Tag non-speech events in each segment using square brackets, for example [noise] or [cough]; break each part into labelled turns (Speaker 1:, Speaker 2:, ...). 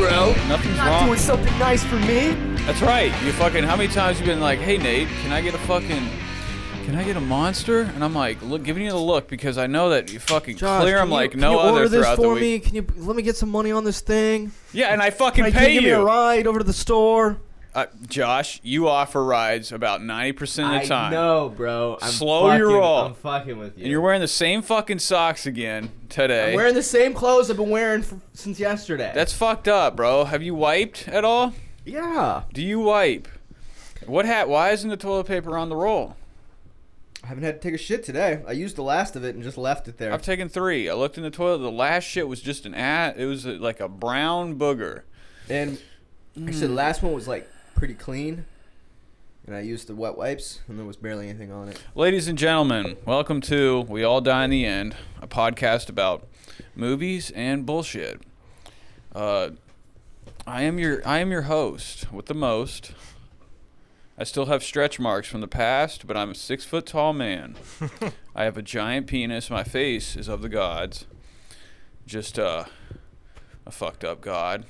Speaker 1: Nothing's
Speaker 2: Not
Speaker 1: wrong.
Speaker 2: doing something nice for me.
Speaker 1: That's right. You fucking. How many times you been like, "Hey Nate, can I get a fucking, can I get a monster?" And I'm like, look, giving you the look because I know that you fucking
Speaker 2: Josh,
Speaker 1: clear.
Speaker 2: can
Speaker 1: I'm
Speaker 2: you-
Speaker 1: like
Speaker 2: can
Speaker 1: no
Speaker 2: you
Speaker 1: other
Speaker 2: order this
Speaker 1: throughout
Speaker 2: for
Speaker 1: the
Speaker 2: me?
Speaker 1: week.
Speaker 2: Can you let me get some money on this thing?
Speaker 1: Yeah, and I fucking
Speaker 2: Like,
Speaker 1: pay
Speaker 2: you give me a
Speaker 1: you.
Speaker 2: ride over to the store.
Speaker 1: Uh, Josh, you offer rides about ninety percent of the
Speaker 3: I
Speaker 1: time,
Speaker 3: know, bro. I'm
Speaker 1: Slow your
Speaker 3: fucking-
Speaker 1: roll.
Speaker 3: I'm fucking with you.
Speaker 1: and you're wearing the same fucking socks again today.
Speaker 3: I'm wearing the same clothes I've been wearing for, since yesterday.
Speaker 1: That's fucked up, bro. Have you wiped at all?
Speaker 3: yeah.
Speaker 1: Do you wipe? What hat? Why isn't the toilet paper on the roll?
Speaker 3: I haven't had to take a shit today. I used the last of it and just left it there.
Speaker 1: I've taken three. I looked in the toilet. The last shit was just an at. It was uh, like a brown booger.
Speaker 3: and
Speaker 2: Mm.
Speaker 3: actually, the last one was like pretty clean. And I used the wet wipes, and there was barely anything on it.
Speaker 1: Ladies and gentlemen, welcome to We All Die in the End, a podcast about movies and bullshit. Uh, I am your I am your host with the most. I still have stretch marks from the past, but I'm a six foot tall
Speaker 4: [laughs]
Speaker 1: man. I have a giant penis. My face is of the gods. Just uh, a fucked up god.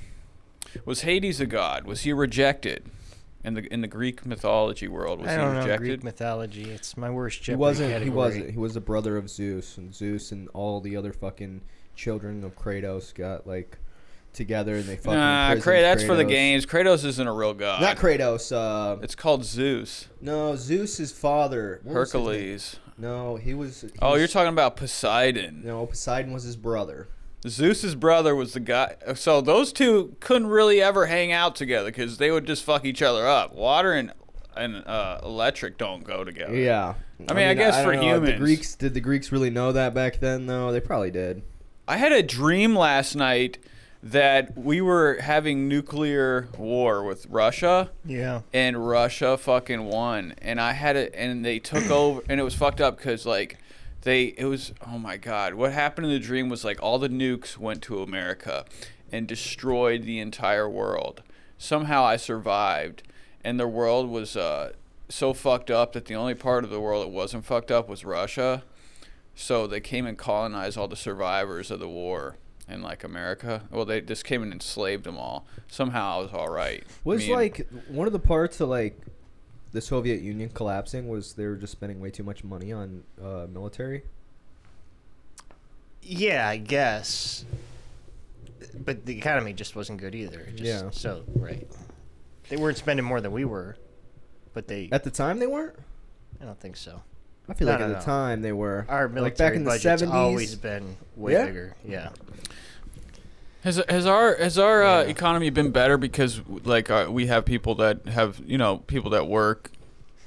Speaker 1: Was Hades a god? Was he rejected? In the in the Greek mythology world, was
Speaker 4: I
Speaker 1: he
Speaker 4: don't know
Speaker 1: rejected?
Speaker 4: Greek mythology. It's my worst
Speaker 3: He
Speaker 4: Jeopardy
Speaker 3: wasn't. He
Speaker 4: category.
Speaker 3: wasn't. He was the brother of Zeus, and Zeus and all the other fucking children of Kratos got like together, and they fucking.
Speaker 1: Nah,
Speaker 3: imprisoned
Speaker 1: Kra- that's for the
Speaker 3: Kratos.
Speaker 1: games. Kratos isn't a real god.
Speaker 3: Not Kratos. Uh,
Speaker 1: it's called Zeus,
Speaker 3: no, Zeus's father. what was his name?
Speaker 1: Hercules.
Speaker 3: No, he was. he
Speaker 1: Oh,
Speaker 3: was-
Speaker 1: you're talking about Poseidon.
Speaker 3: No, Poseidon was his brother.
Speaker 1: Zeus's brother was the guy. So those two couldn't really ever hang out together because they would just fuck each other up. Water and and uh, electric don't go together.
Speaker 3: Yeah.
Speaker 1: I mean, I guess
Speaker 3: don't
Speaker 1: for
Speaker 3: know, the
Speaker 1: humans.
Speaker 3: Greeks did the Greeks really know that back then? though? they probably did.
Speaker 1: I had a dream last night that we were having nuclear war with Russia.
Speaker 4: Yeah.
Speaker 1: and Russia fucking won. And I had it, and they
Speaker 3: [clears throat]
Speaker 1: took over, and it was fucked up because like they, it was oh my god, what happened in the dream was like all the nukes went to America and destroyed the entire world. Somehow I survived, and the world was uh, so fucked up that the only part of the world that wasn't fucked up was Russia. So they came and colonized all the survivors of the war. in like America, well, they just came and enslaved them all. Somehow I was all right.
Speaker 3: Was
Speaker 1: Me and-
Speaker 3: like one of the parts of like the Soviet Union collapsing was they were just spending way too much money on uh, military.
Speaker 4: Yeah, I guess. But the economy just wasn't good either. It just-
Speaker 3: Yeah.
Speaker 4: So right, they weren't spending more than we were, but they.
Speaker 3: At the time, they weren't.
Speaker 4: I don't think so.
Speaker 3: I feel
Speaker 4: No,
Speaker 3: like
Speaker 4: no,
Speaker 3: at the
Speaker 4: no.
Speaker 3: time they were.
Speaker 4: Our military
Speaker 3: like back in the
Speaker 4: budget's always
Speaker 3: seventies.
Speaker 4: been way
Speaker 3: Yeah?
Speaker 4: bigger. Yeah.
Speaker 1: Has, has our has our uh, economy been better because like uh, we have people that have you know people that work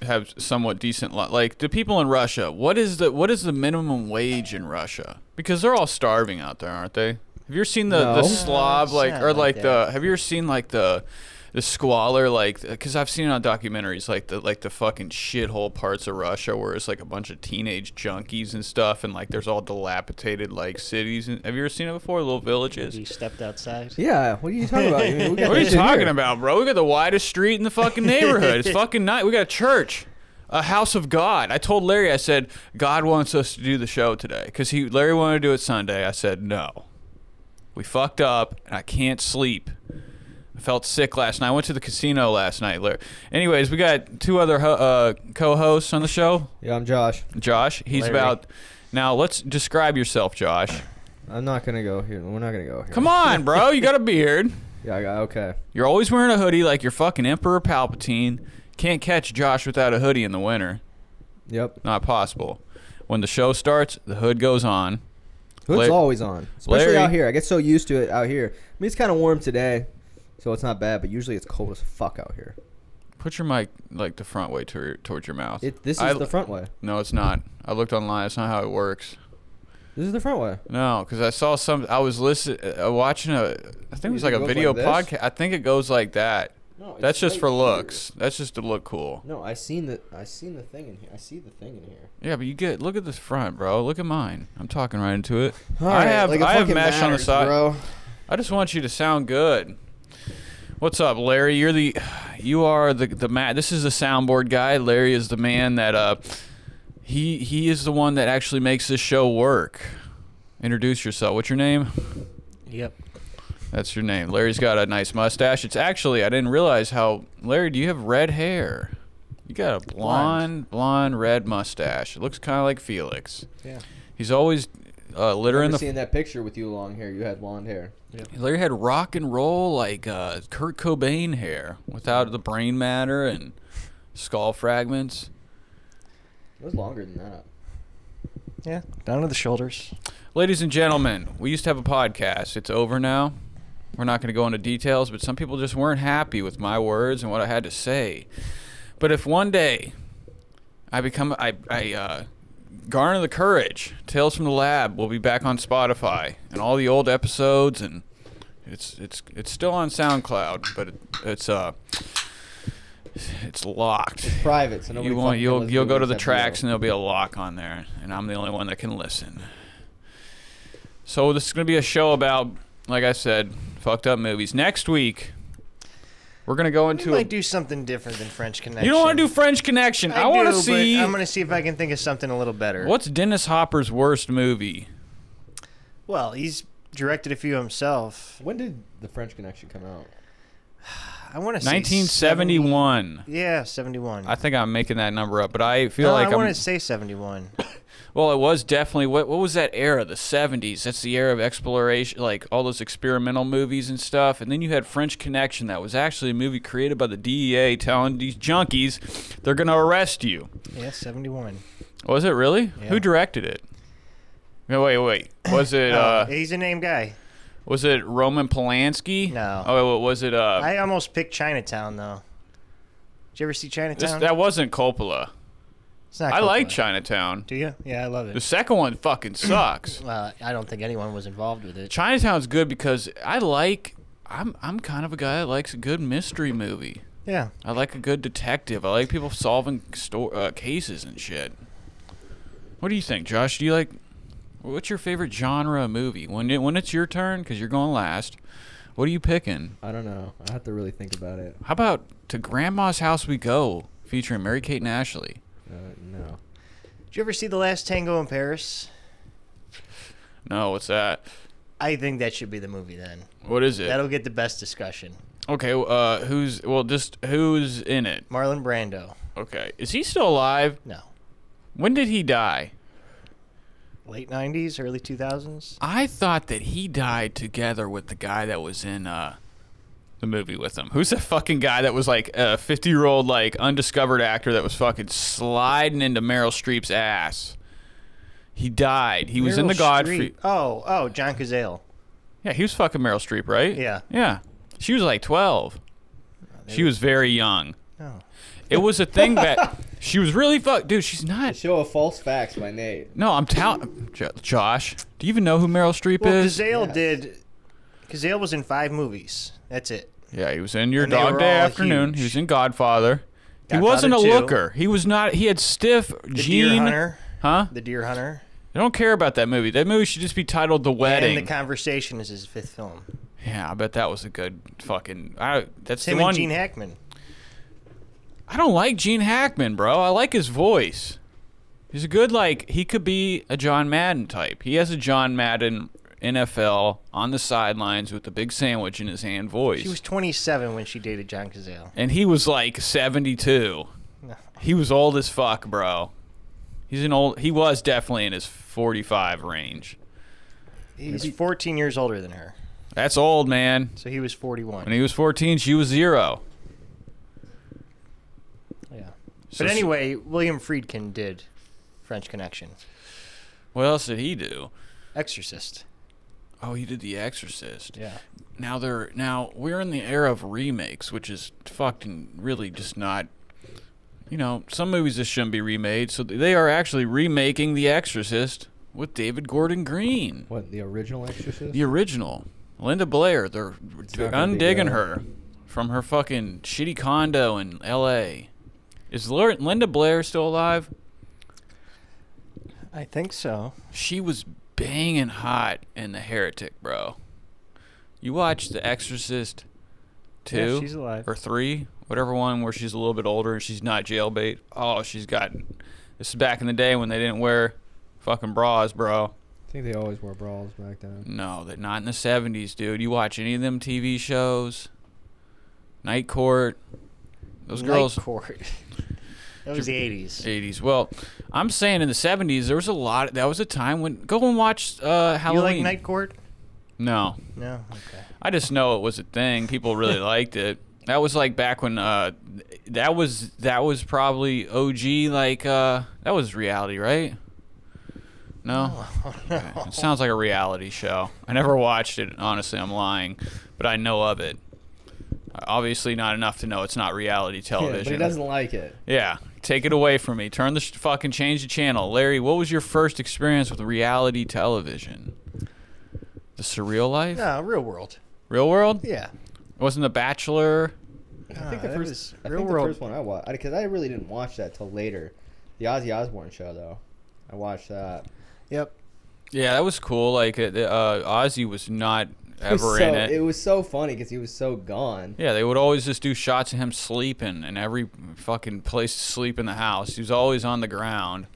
Speaker 1: have somewhat decent li- like the people in Russia what is the what is the minimum wage in Russia because they're all starving out there aren't they have you ever seen the,
Speaker 3: No.
Speaker 1: the Slav
Speaker 4: it's
Speaker 1: like
Speaker 4: not
Speaker 1: or
Speaker 4: like
Speaker 1: like the have you ever seen like the the squalor like because I've seen it on documentaries like the like the fucking shithole parts of Russia where it's like a bunch of teenage junkies and stuff and like there's all dilapidated like cities and have you ever seen it before little villages
Speaker 4: You stepped outside.
Speaker 3: Yeah. What are you talking
Speaker 4: [laughs]
Speaker 3: about? I mean, we got
Speaker 1: what are
Speaker 3: this
Speaker 1: you
Speaker 3: shit
Speaker 1: talking
Speaker 3: here.
Speaker 1: about, bro? We got the widest street in the fucking neighborhood. It's fucking nice. We got a church, a house of God. I told Larry, I said, God wants us to do the show today because he Larry wanted to do it Sunday. I said no. We fucked up, and I can't sleep. I felt sick last night. I went to the casino last night. Larry. Anyways, we got two other ho- uh, co-hosts on the show.
Speaker 3: Yeah, I'm Josh.
Speaker 1: Josh, he's
Speaker 4: Larry.
Speaker 1: about. Now let's describe yourself, Josh.
Speaker 3: I'm not gonna go here. We're not gonna go here.
Speaker 1: Come on, bro. You got a beard.
Speaker 3: Yeah. I got, okay.
Speaker 1: You're always wearing a hoodie like you're fucking Emperor Palpatine. Can't catch Josh without a hoodie in the winter.
Speaker 3: Yep.
Speaker 1: Not possible. When the show starts, the hood goes on.
Speaker 3: Hood's
Speaker 1: Larry-
Speaker 3: always on, especially
Speaker 1: Larry-
Speaker 3: out here. I get so used to it out here. I mean, it's kind of warm today, so it's not bad. But usually, it's cold as fuck out here.
Speaker 1: Put your mic like the front way to, towards your mouth.
Speaker 3: It, this is
Speaker 1: I-
Speaker 3: the front way.
Speaker 1: No, it's not. I looked online. It's not how it works.
Speaker 3: This is the front way.
Speaker 1: No, because I saw some. I was listening, uh, watching a. I think it was
Speaker 3: Does
Speaker 1: like
Speaker 3: it
Speaker 1: a
Speaker 3: go
Speaker 1: video
Speaker 3: like this?
Speaker 1: podcast. I think it goes like that.
Speaker 3: No, it's
Speaker 1: That's just
Speaker 3: right
Speaker 1: for
Speaker 3: here.
Speaker 1: looks. That's just to look cool.
Speaker 3: No, I seen the I seen the thing in here. I see the thing in here.
Speaker 1: Yeah, but you get look at this front, bro. Look at mine. I'm talking right into it.
Speaker 3: All
Speaker 1: I
Speaker 3: right,
Speaker 1: have
Speaker 3: like it
Speaker 1: I have
Speaker 3: fucking
Speaker 1: mesh on the
Speaker 3: matters,
Speaker 1: side.
Speaker 3: bro.
Speaker 1: I just want you to sound good. What's up, Larry? You're the, you are the the man. This is the soundboard guy. Larry is the man that uh, he he is the one that actually makes this show work. Introduce yourself. What's your name?
Speaker 4: Yep.
Speaker 1: That's your name. Larry's got a nice mustache. It's actually I didn't realize how Larry. Do you have red hair? You got a blonde, blonde, red mustache. It looks kind of like Felix.
Speaker 4: Yeah.
Speaker 1: He's always uh, littering
Speaker 3: Remember
Speaker 1: the.
Speaker 3: seeing that picture with you long hair. You had blonde hair.
Speaker 1: Larry had rock and roll like uh, Kurt Cobain hair, without the brain matter and skull fragments.
Speaker 3: It was longer than that.
Speaker 4: Yeah, down to the shoulders.
Speaker 1: Ladies and gentlemen, we used to have a podcast. It's over now. We're not going to go into details, but some people just weren't happy with my words and what I had to say. But if one day I become, I, I uh, garner the courage, Tales from the Lab will be back on Spotify and all the old episodes, and it's it's it's still on SoundCloud, but it, it's uh it's locked.
Speaker 3: Private. So nobody
Speaker 1: You won't.
Speaker 3: fucking
Speaker 1: You'll
Speaker 3: listens
Speaker 1: you'll go to
Speaker 3: us
Speaker 1: the
Speaker 3: except
Speaker 1: tracks
Speaker 3: you.
Speaker 1: and there'll be a lock on there, and I'm the only one that can listen. So this is gonna be a show about, like I said, fucked up movies. Next week, we're gonna go
Speaker 4: We
Speaker 1: into. A,
Speaker 4: might do something different than French Connection.
Speaker 1: you don't want to do French Connection. I,
Speaker 4: I,
Speaker 1: want to
Speaker 4: do, but
Speaker 1: see
Speaker 4: I'm gonna see if I can think of something a little better.
Speaker 1: what's Dennis Hopper's worst movie.
Speaker 4: Well, he's directed a few himself.
Speaker 3: When did the French Connection come out?
Speaker 4: I want to say 70
Speaker 1: 1971.
Speaker 4: Yeah, 71.
Speaker 1: I think I'm making that number up, but I feel
Speaker 4: No,
Speaker 1: like
Speaker 4: I
Speaker 1: I'm.
Speaker 4: want to say 71.
Speaker 1: Well, it was definitely what what was that era? The seventies. That's the era of exploration, like all those experimental movies and stuff. And then you had French Connection, that was actually a movie created by the DEA, telling these junkies they're gonna arrest you.
Speaker 4: yeah, 71.
Speaker 1: Was it really?
Speaker 4: Yeah.
Speaker 1: Who directed it? No, wait, wait. Was
Speaker 4: [laughs]
Speaker 1: it
Speaker 4: Oh,
Speaker 1: uh,
Speaker 4: he's a name guy.
Speaker 1: was it Roman Polanski?
Speaker 4: No.
Speaker 1: Oh, wait, was it uh?
Speaker 4: I almost picked Chinatown though. Did you ever see
Speaker 1: this,
Speaker 4: Chinatown?
Speaker 1: that wasn't Coppola.
Speaker 4: it's not
Speaker 1: I like
Speaker 4: Coppola.
Speaker 1: Chinatown.
Speaker 4: Do you? Yeah, I love
Speaker 1: The
Speaker 4: it.
Speaker 1: second one fucking sucks.
Speaker 4: Well, I don't think anyone was involved with it.
Speaker 1: Chinatown's good because I like I'm I'm kind of a guy that likes a good mystery movie.
Speaker 4: Yeah.
Speaker 1: I like a good detective. I like people solving sto- uh, cases and shit. What do you think, Josh? Do you like what's your favorite genre of movie? When it, when it's your turn cuz you're going last, what are you picking?
Speaker 3: I don't know. I have to really think about it.
Speaker 1: How about To Grandma's House We Go featuring Mary Kate and Ashley?
Speaker 3: Uh, no.
Speaker 4: Did you ever see The Last Tango in Paris?
Speaker 1: No, what's that?
Speaker 4: I think that should be the movie then.
Speaker 1: What is it?
Speaker 4: That'll get the best discussion.
Speaker 1: Okay, uh who's well just who's in it?
Speaker 4: Marlon Brando.
Speaker 1: Okay. Is he still alive?
Speaker 4: No.
Speaker 1: When did he die?
Speaker 4: Late 90s, early 2000s?
Speaker 1: I thought that he died together with the guy that was in uh, the movie with him. Who's that fucking guy that was like a 50 year old, like undiscovered actor that was fucking sliding into Meryl Streep's ass? He died. He was in
Speaker 4: Meryl
Speaker 1: The Godfrey.
Speaker 4: Streep. Oh, oh, John Cazale.
Speaker 1: Yeah, he was fucking Meryl Streep, right?
Speaker 4: Yeah.
Speaker 1: Yeah. She was like 12. She was very young.
Speaker 4: No.
Speaker 1: It was a thing
Speaker 4: [laughs]
Speaker 1: that she was really fuck. Dude, she's not.
Speaker 3: Show of false facts by Nate.
Speaker 1: No, I'm telling. Josh, do you even know who Meryl Streep
Speaker 4: Well,
Speaker 1: is?
Speaker 4: Cazale
Speaker 3: Yes.
Speaker 4: did. Cazale was in five movies. That's it.
Speaker 1: Yeah, he was in Your
Speaker 4: And they
Speaker 1: Dog
Speaker 4: were
Speaker 1: Day
Speaker 4: all
Speaker 1: Afternoon. He was
Speaker 4: huge.
Speaker 1: in Godfather. he
Speaker 4: Godfather
Speaker 1: wasn't a
Speaker 4: 2.
Speaker 1: looker. He was not. He had stiff
Speaker 4: The
Speaker 1: jean.
Speaker 4: Deer Hunter.
Speaker 1: Huh?
Speaker 4: The Deer Hunter.
Speaker 1: I don't care about that movie. That movie should just be titled The Wedding.
Speaker 4: And The Conversation is his fifth film.
Speaker 1: yeah, I bet that was a good fucking. I, that's
Speaker 4: It's
Speaker 1: the
Speaker 4: him
Speaker 1: one.
Speaker 4: and Gene Hackman.
Speaker 1: I don't like Gene Hackman, bro. I like his voice. He's a good like. He could be a John Madden type. He has a John Madden NFL on the sidelines with the big sandwich in his hand voice.
Speaker 4: She was 27 when she dated John Cazale.
Speaker 1: and he was like 72.
Speaker 4: No.
Speaker 1: He was old as fuck, bro. He's an old. He was definitely in his 45 range.
Speaker 4: He was 14 years older than her,
Speaker 1: That's old, man.
Speaker 4: so he was 41.
Speaker 1: When he was 14, she was zero.
Speaker 4: yeah.
Speaker 1: So
Speaker 4: But
Speaker 1: she-
Speaker 4: anyway, William Friedkin did French Connection,
Speaker 1: what else did he do?
Speaker 4: Exorcist.
Speaker 1: Oh, he did The Exorcist.
Speaker 4: Yeah.
Speaker 1: Now they're now we're in the era of remakes, which is fucking really just not. You know, some movies just shouldn't be remade. So they are actually remaking The Exorcist with David Gordon Green.
Speaker 3: What the original Exorcist?
Speaker 1: The original. Linda Blair. They're
Speaker 3: not gonna be
Speaker 1: undigging
Speaker 3: good.
Speaker 1: her from her fucking shitty condo in L.A. Is Lor- Linda Blair still alive?
Speaker 4: I think so.
Speaker 1: She was banging hot in The Heretic, bro. You watched The Exorcist 2
Speaker 4: Yeah, she's alive.
Speaker 1: or 3, whatever one where she's a little bit older and she's not jailbait. Oh, she's got. This is back in the day when they didn't wear fucking bras, bro.
Speaker 3: I think they always wore brawls back then.
Speaker 1: No, that not in the seventies, dude. You watch any of them TV shows? Night Court. Those girls
Speaker 4: Night court. that was the eighties.
Speaker 1: eighties. Well, I'm saying in the seventies there was a lot that was a time when go and watch uh
Speaker 4: You
Speaker 1: Halloween.
Speaker 4: like night court?
Speaker 1: no.
Speaker 4: No. Okay. [laughs]
Speaker 1: I just know it was a thing. People really liked it. That was like back when uh th- that was that was probably OG like uh that was reality, right? No. Okay.
Speaker 3: Oh.
Speaker 1: It sounds like a reality show. I never watched it, honestly, I'm lying, but I know of it. Uh, Obviously not enough to know it's not reality
Speaker 3: Yeah, but he
Speaker 1: television.
Speaker 3: doesn't like it.
Speaker 1: Yeah, take it away from me. Turn the sh- fucking change the channel. Larry, what was your first experience with reality television? The surreal life?
Speaker 4: No, real world.
Speaker 1: Real world?
Speaker 4: Yeah.
Speaker 1: Wasn't The Bachelor?
Speaker 3: I think the
Speaker 4: Ah, that
Speaker 3: first,
Speaker 4: was
Speaker 3: I
Speaker 4: real
Speaker 3: think
Speaker 4: world.
Speaker 3: the first one I watched because I really didn't watch that till later. The Ozzy Osbourne show though, I watched that.
Speaker 4: Yep.
Speaker 1: Yeah, that was cool. Like uh, the, uh, Ozzy was not
Speaker 3: It was
Speaker 1: ever
Speaker 3: so,
Speaker 1: in it.
Speaker 3: was so funny because he was so gone.
Speaker 1: Yeah, they would always just do shots of him sleeping in every fucking place to sleep in the house. He was always on the ground.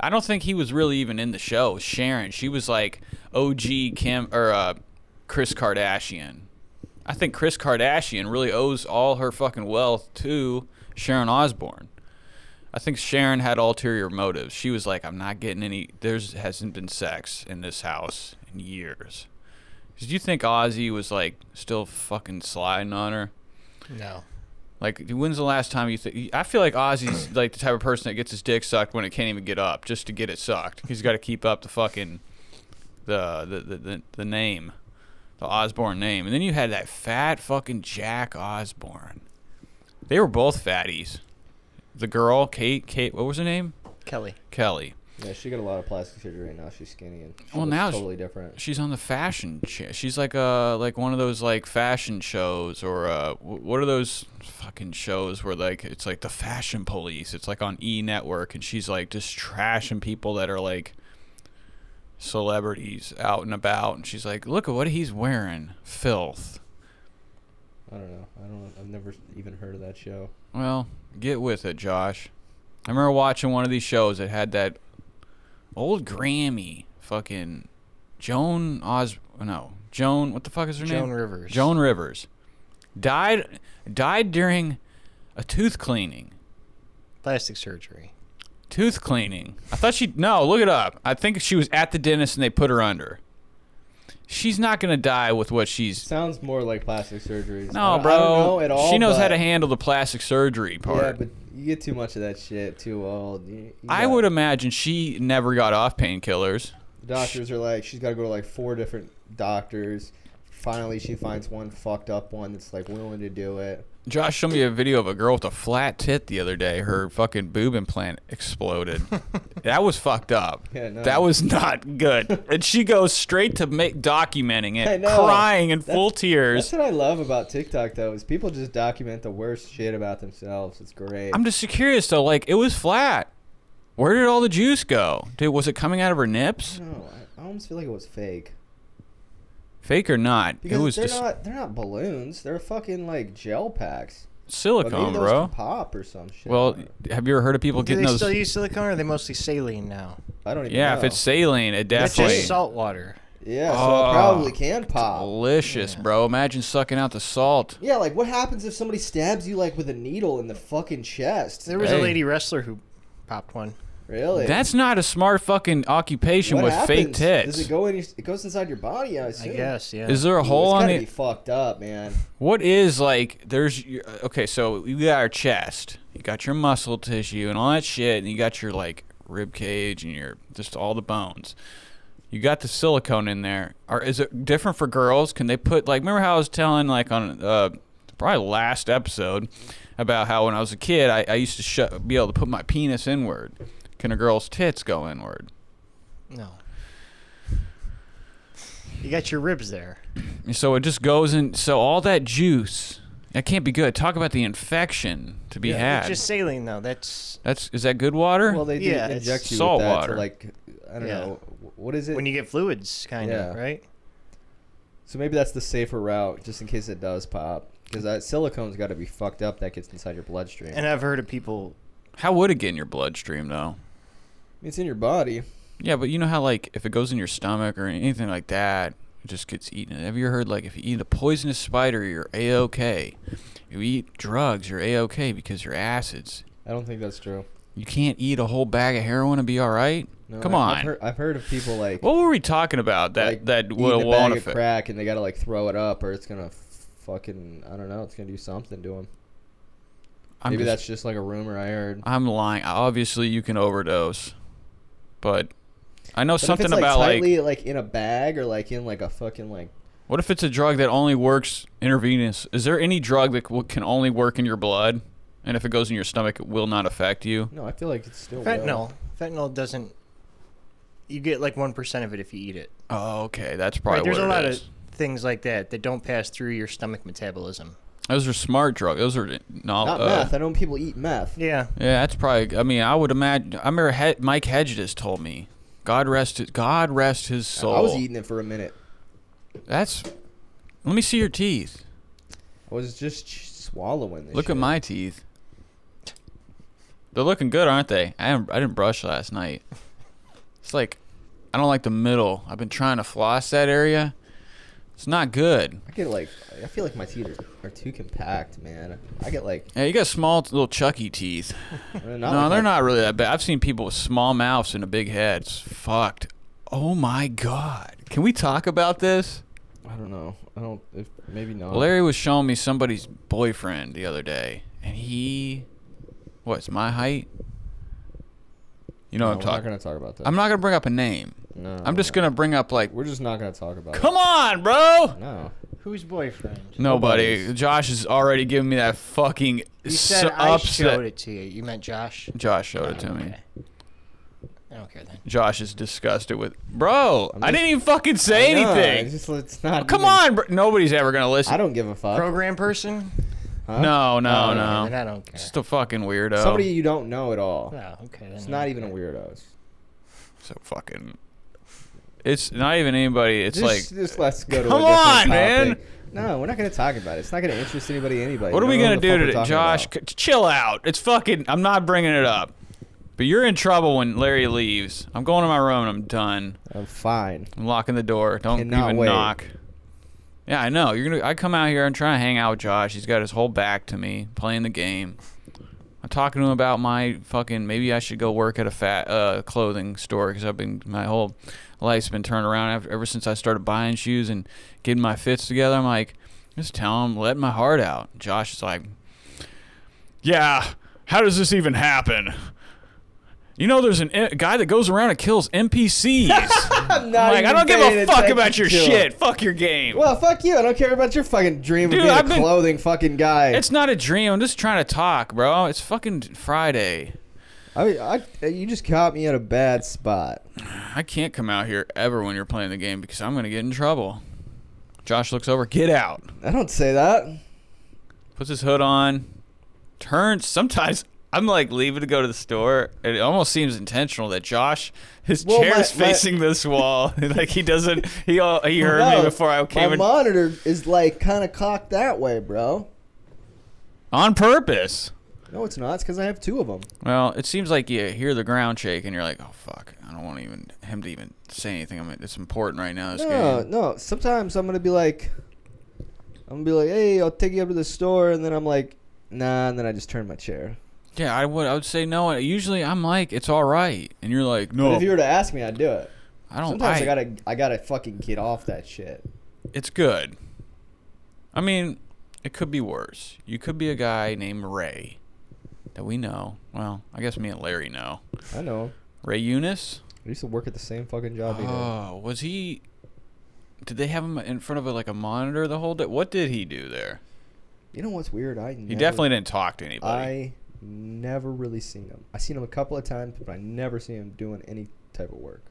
Speaker 1: I don't think he was really even in the show. Sharon, she was like OG Kim or uh, Chris Kardashian. I think Chris Kardashian really owes all her fucking wealth to Sharon Osbourne. I think Sharon had ulterior motives. She was like, "I'm not getting any. There's hasn't been sex in this house in years." Did you think Ozzy was like still fucking sliding on her?
Speaker 4: No.
Speaker 1: Like, when's the last time you think? I feel like Ozzy's like the type of person that gets his dick sucked when it can't even get up, just to get it sucked. He's got to keep up the fucking the the, the the the name, the Osborne name. And then you had that fat fucking Jack Osborne. They were both fatties. The girl, Kate, Kate, what was her name?
Speaker 4: Kelly.
Speaker 1: Kelly.
Speaker 3: Yeah, she got a lot of plastic surgery now. She's skinny and she
Speaker 1: Well,
Speaker 3: looks
Speaker 1: now she-
Speaker 3: totally different.
Speaker 1: She's on the fashion. Cha- she's like uh like one of those like fashion shows or uh wh- what are those fucking shows where like it's like the fashion police. It's like on E Network and she's like just trashing people that are like celebrities out and about and she's like look at what he's wearing filth.
Speaker 3: I don't know. I don't. I've never even heard of that show.
Speaker 1: Well, get with it, Josh. I remember watching one of these shows that had that old Grammy fucking Joan Os no Joan what the fuck is her name?
Speaker 4: Joan Rivers.
Speaker 1: Joan Rivers died died during a tooth cleaning. [laughs]
Speaker 4: Plastic surgery.
Speaker 1: Tooth cleaning. I thought she no, look it up. I think she was at the dentist and they put her under. She's not gonna die with what she's.
Speaker 3: Sounds more like plastic surgery.
Speaker 1: No, bro.
Speaker 3: I don't know at all.
Speaker 1: she knows how
Speaker 3: but-
Speaker 1: to handle the plastic surgery part.
Speaker 3: Yeah, but you get too much of that shit. Too old. You, you
Speaker 1: I
Speaker 3: got-
Speaker 1: would imagine she never got off painkillers.
Speaker 3: The doctors are like, she's got to go to like four different doctors. Finally, she finds one fucked up one that's like willing to do it.
Speaker 1: Josh showed me a video of a girl with a flat tit the other day. Her fucking boob implant
Speaker 3: [laughs]
Speaker 1: exploded. that was fucked up.
Speaker 3: Yeah, no.
Speaker 1: That was not
Speaker 3: [laughs]
Speaker 1: good. and she goes straight to make documenting
Speaker 3: I
Speaker 1: it,
Speaker 3: know.
Speaker 1: crying in
Speaker 3: That's-
Speaker 1: full tears.
Speaker 3: That's what I love about TikTok though, is people just document the worst shit about themselves. It's great.
Speaker 1: I'm just curious though. Like it was flat. Where did all the juice go? Dude, was it coming out of her nips?
Speaker 3: no, I, I almost feel like it was fake
Speaker 1: Fake or not?
Speaker 3: because
Speaker 1: it was
Speaker 3: they're
Speaker 1: just
Speaker 3: not they're not balloons. They're fucking like gel packs. But maybe
Speaker 1: silicone,
Speaker 3: those
Speaker 1: bro.
Speaker 3: can pop or some shit.
Speaker 1: Well, have you ever heard of people
Speaker 4: Do
Speaker 1: getting
Speaker 4: they
Speaker 1: those?
Speaker 4: still use silicone or are they mostly saline now?
Speaker 3: I don't even.
Speaker 1: yeah,
Speaker 3: know.
Speaker 1: if it's saline, it
Speaker 4: That's
Speaker 1: definitely.
Speaker 4: just salt water.
Speaker 3: yeah, so
Speaker 1: Oh.
Speaker 3: it probably can pop.
Speaker 1: Delicious, bro. Imagine sucking out the salt.
Speaker 3: Yeah, like what happens if somebody stabs you like with a needle in the fucking chest?
Speaker 4: There was
Speaker 1: Hey.
Speaker 4: a lady wrestler who popped one.
Speaker 3: Really?
Speaker 1: That's not a smart fucking occupation
Speaker 3: What
Speaker 1: with fake
Speaker 3: happens?
Speaker 1: tits.
Speaker 3: Does it go in? Your, it goes inside your body, I
Speaker 4: I
Speaker 3: assume.
Speaker 4: guess, yeah.
Speaker 1: Is there a
Speaker 3: Ooh,
Speaker 1: hole
Speaker 3: it's
Speaker 1: on
Speaker 3: gotta
Speaker 1: it?
Speaker 3: Be fucked up, man.
Speaker 4: [laughs]
Speaker 1: What is like? There's your- okay. So you got our chest. You got your muscle tissue and all that shit, and you got your like rib cage and your just all the bones. You got the silicone in there. Or is it different for girls? Can they put like? Remember how I was telling like on uh probably last episode about how when I was a kid I, I used to sho- be able to put my penis inward. Can a girl's tits go inward?
Speaker 4: no. You got your ribs there.
Speaker 1: And So it just goes in. So all that juice, that can't be good. Talk about the infection to be
Speaker 4: It's
Speaker 1: had.
Speaker 4: just saline though. That's
Speaker 1: That's is that good water?
Speaker 3: Well, they do
Speaker 4: Yeah, it's
Speaker 3: inject you
Speaker 1: salt
Speaker 3: with that
Speaker 1: water.
Speaker 3: to like, I don't
Speaker 4: Yeah.
Speaker 3: know, what is it?
Speaker 4: when you get fluids kind
Speaker 3: Yeah.
Speaker 4: of, right?
Speaker 3: so maybe that's the safer route, just in case it does pop, because that silicone's got to be fucked up. That gets inside your bloodstream.
Speaker 4: And I've heard of people
Speaker 1: How would it get in your bloodstream though?
Speaker 3: it's in your body.
Speaker 1: Yeah, but you know how like if it goes in your stomach or anything like that, it just gets eaten. Have you heard like if you eat a poisonous spider, you're a okay. If you eat drugs, you're a okay because you're acids.
Speaker 3: I don't think that's true.
Speaker 1: You can't eat a whole bag of heroin and be all right. Come on.
Speaker 3: I've heard, I've heard of people like
Speaker 1: what were we talking about? That
Speaker 3: like
Speaker 1: that
Speaker 3: eating
Speaker 1: will
Speaker 3: a bag
Speaker 1: won't
Speaker 3: of
Speaker 1: affect.
Speaker 3: crack and they gotta like throw it up or it's gonna fucking I don't know it's gonna do something to them.
Speaker 1: I'm
Speaker 3: Maybe
Speaker 1: just-
Speaker 3: that's just like a rumor I heard.
Speaker 1: I'm lying. Obviously, you can overdose, but I know
Speaker 3: But if
Speaker 1: something
Speaker 3: it's, like,
Speaker 1: about like
Speaker 3: tightly, like in a bag or like in like a fucking like
Speaker 1: What if it's a drug that only works intravenous? Is there any drug that w- can only work in your blood, and if it goes in your stomach, it will not affect you?
Speaker 3: no I feel like it's still will.
Speaker 4: Fentanyl. Fentanyl doesn't. You get like one percent of it if you eat it.
Speaker 1: Oh, okay, that's probably
Speaker 4: right? There's
Speaker 1: what
Speaker 4: a lot
Speaker 1: it is.
Speaker 4: of things like that that don't pass through your stomach metabolism.
Speaker 1: Those are smart drugs. Those are no.
Speaker 3: Not
Speaker 1: uh,
Speaker 3: meth. I know people eat meth.
Speaker 4: Yeah.
Speaker 1: Yeah, that's probably. I mean, I would imagine. I remember he- Mike Hedges told me, "God rest his God rest his soul."
Speaker 3: I was eating it for a minute.
Speaker 1: That's. Let me see your teeth.
Speaker 3: I was just ch- swallowing this.
Speaker 1: Look
Speaker 3: shit.
Speaker 1: at my teeth. They're looking good, aren't they? I didn't, I didn't brush last night. It's like I don't like the middle. I've been trying to floss that area. It's not good.
Speaker 3: I get like I feel like my teeth are, are too compact, man. I get like
Speaker 1: Yeah, you got small little Chucky teeth.
Speaker 3: they're
Speaker 1: No,
Speaker 3: not like
Speaker 1: they're
Speaker 3: my-
Speaker 1: not really that bad. I've seen people with small mouths and a big head. It's fucked. Oh my god. Can we talk about this?
Speaker 3: I don't know. I don't. If, maybe not.
Speaker 1: Larry was showing me somebody's boyfriend the other day, and he, what's my height? You know
Speaker 3: No,
Speaker 1: what I'm
Speaker 3: we're not
Speaker 1: talking.
Speaker 3: gonna talk about that.
Speaker 1: I'm not gonna bring up a name.
Speaker 3: No,
Speaker 1: I'm just
Speaker 3: no.
Speaker 1: gonna bring up like,
Speaker 3: We're just not gonna talk about.
Speaker 1: come on, bro.
Speaker 3: it. No.
Speaker 4: Whose boyfriend?
Speaker 1: Nobody.
Speaker 3: Nobody's.
Speaker 1: Josh is already giving me that fucking
Speaker 4: You said
Speaker 1: s-
Speaker 4: I
Speaker 1: upset.
Speaker 4: showed it to you. You meant Josh.
Speaker 1: Josh showed it to me.
Speaker 4: Okay. I don't care then.
Speaker 1: Josh is disgusted with, bro.
Speaker 3: I'm
Speaker 1: I
Speaker 3: just-
Speaker 1: didn't even fucking say
Speaker 3: No,
Speaker 1: anything.
Speaker 3: it's just it's not.
Speaker 1: Come
Speaker 3: even-
Speaker 1: on, bro. Nobody's ever gonna
Speaker 3: I
Speaker 1: listen.
Speaker 3: don't give a fuck.
Speaker 4: Program person?
Speaker 3: huh?
Speaker 1: No, no,
Speaker 4: okay,
Speaker 1: no.
Speaker 4: Then I don't care.
Speaker 1: Just a fucking weirdo.
Speaker 3: Somebody you don't know at all.
Speaker 4: No, okay. Then
Speaker 3: It's
Speaker 4: I
Speaker 3: not
Speaker 4: don't
Speaker 3: even a
Speaker 4: care.
Speaker 3: weirdo. It's
Speaker 1: So fucking. It's not even anybody. It's
Speaker 3: just,
Speaker 1: like,
Speaker 3: just let's go to
Speaker 1: Come
Speaker 3: a different
Speaker 1: on,
Speaker 3: topic.
Speaker 1: man.
Speaker 3: No, we're not gonna talk about it. It's not gonna interest anybody. Anybody.
Speaker 1: what are
Speaker 3: You
Speaker 1: we
Speaker 3: don't
Speaker 1: gonna
Speaker 3: know
Speaker 1: do
Speaker 3: what the fuck we're
Speaker 1: today,
Speaker 3: talking
Speaker 1: Josh?
Speaker 3: about.
Speaker 1: c- chill out. It's fucking. I'm not bringing it up. But you're in trouble when Larry leaves. I'm going to my room and I'm done.
Speaker 3: I'm fine.
Speaker 1: I'm locking the door. Don't
Speaker 3: Cannot
Speaker 1: even
Speaker 3: wait.
Speaker 1: knock. Yeah, I know. You're gonna. I come out here. I'm trying to hang out with Josh. He's got his whole back to me, playing the game. I'm talking to him about my fucking. Maybe I should go work at a fat uh, clothing store because I've been my whole life's been turned around after, ever since I started buying shoes and getting my fits together. I'm like, just tell him, let my heart out. Josh is like, yeah. How does this even happen? You know, there's an a guy that goes around and kills NPCs.
Speaker 3: [laughs] I'm
Speaker 1: I'm like, I
Speaker 3: even
Speaker 1: don't give a
Speaker 3: paying
Speaker 1: fuck
Speaker 3: attention
Speaker 1: about your
Speaker 3: to it.
Speaker 1: shit. Fuck your game.
Speaker 3: Well, fuck you. I don't care about your fucking dream
Speaker 1: Dude,
Speaker 3: of being
Speaker 1: I've
Speaker 3: a
Speaker 1: been-
Speaker 3: clothing fucking guy.
Speaker 1: it's not a dream. I'm just trying to talk, bro. It's fucking Friday.
Speaker 3: I mean, I, you just caught me at a bad spot.
Speaker 1: I can't come out here ever when you're playing the game because I'm gonna get in trouble. Josh looks over. Get out.
Speaker 3: I don't say that.
Speaker 1: Puts his hood on. Turns. Sometimes I'm like leaving to go to the store. It almost seems intentional that Josh, his
Speaker 3: Well,
Speaker 1: chair
Speaker 3: my-
Speaker 1: is
Speaker 3: my-
Speaker 1: facing this wall. [laughs] like he doesn't. He all, he heard
Speaker 3: No,
Speaker 1: me before I came
Speaker 3: My
Speaker 1: in
Speaker 3: monitor is like kind of cocked that way, bro.
Speaker 1: on purpose.
Speaker 3: No, it's not. It's because I have two of them.
Speaker 1: Well, it seems like you hear the ground shake and you're like, "Oh fuck, I don't want even him to even say anything. I'm, it's important right now. This
Speaker 3: No,
Speaker 1: game.
Speaker 3: no. Sometimes I'm gonna be like, I'm gonna be like, hey, I'll take you up to the store, and then I'm like, nah, and then I just turn my chair.
Speaker 1: Yeah, I would. I would say no. Usually, I'm like, it's all right, and you're like,
Speaker 3: But
Speaker 1: no,
Speaker 3: if you were to ask me, I'd do it.
Speaker 1: Oh. I don't.
Speaker 3: Sometimes I,
Speaker 1: I,
Speaker 3: gotta, I gotta fucking get off that shit.
Speaker 1: It's good. I mean, it could be worse. You could be a guy named Ray, that we know. Well, I guess me and Larry know.
Speaker 3: I know.
Speaker 1: Ray Eunice.
Speaker 3: I used to work at the same fucking job. he did.
Speaker 1: Oh, was he? Did they have him in front of a, like a monitor the whole day? What did he do there?
Speaker 3: You know what's weird? I
Speaker 1: He definitely didn't talk to anybody.
Speaker 3: I never really seen him. I seen him a couple of times, but I never seen him doing any type of work.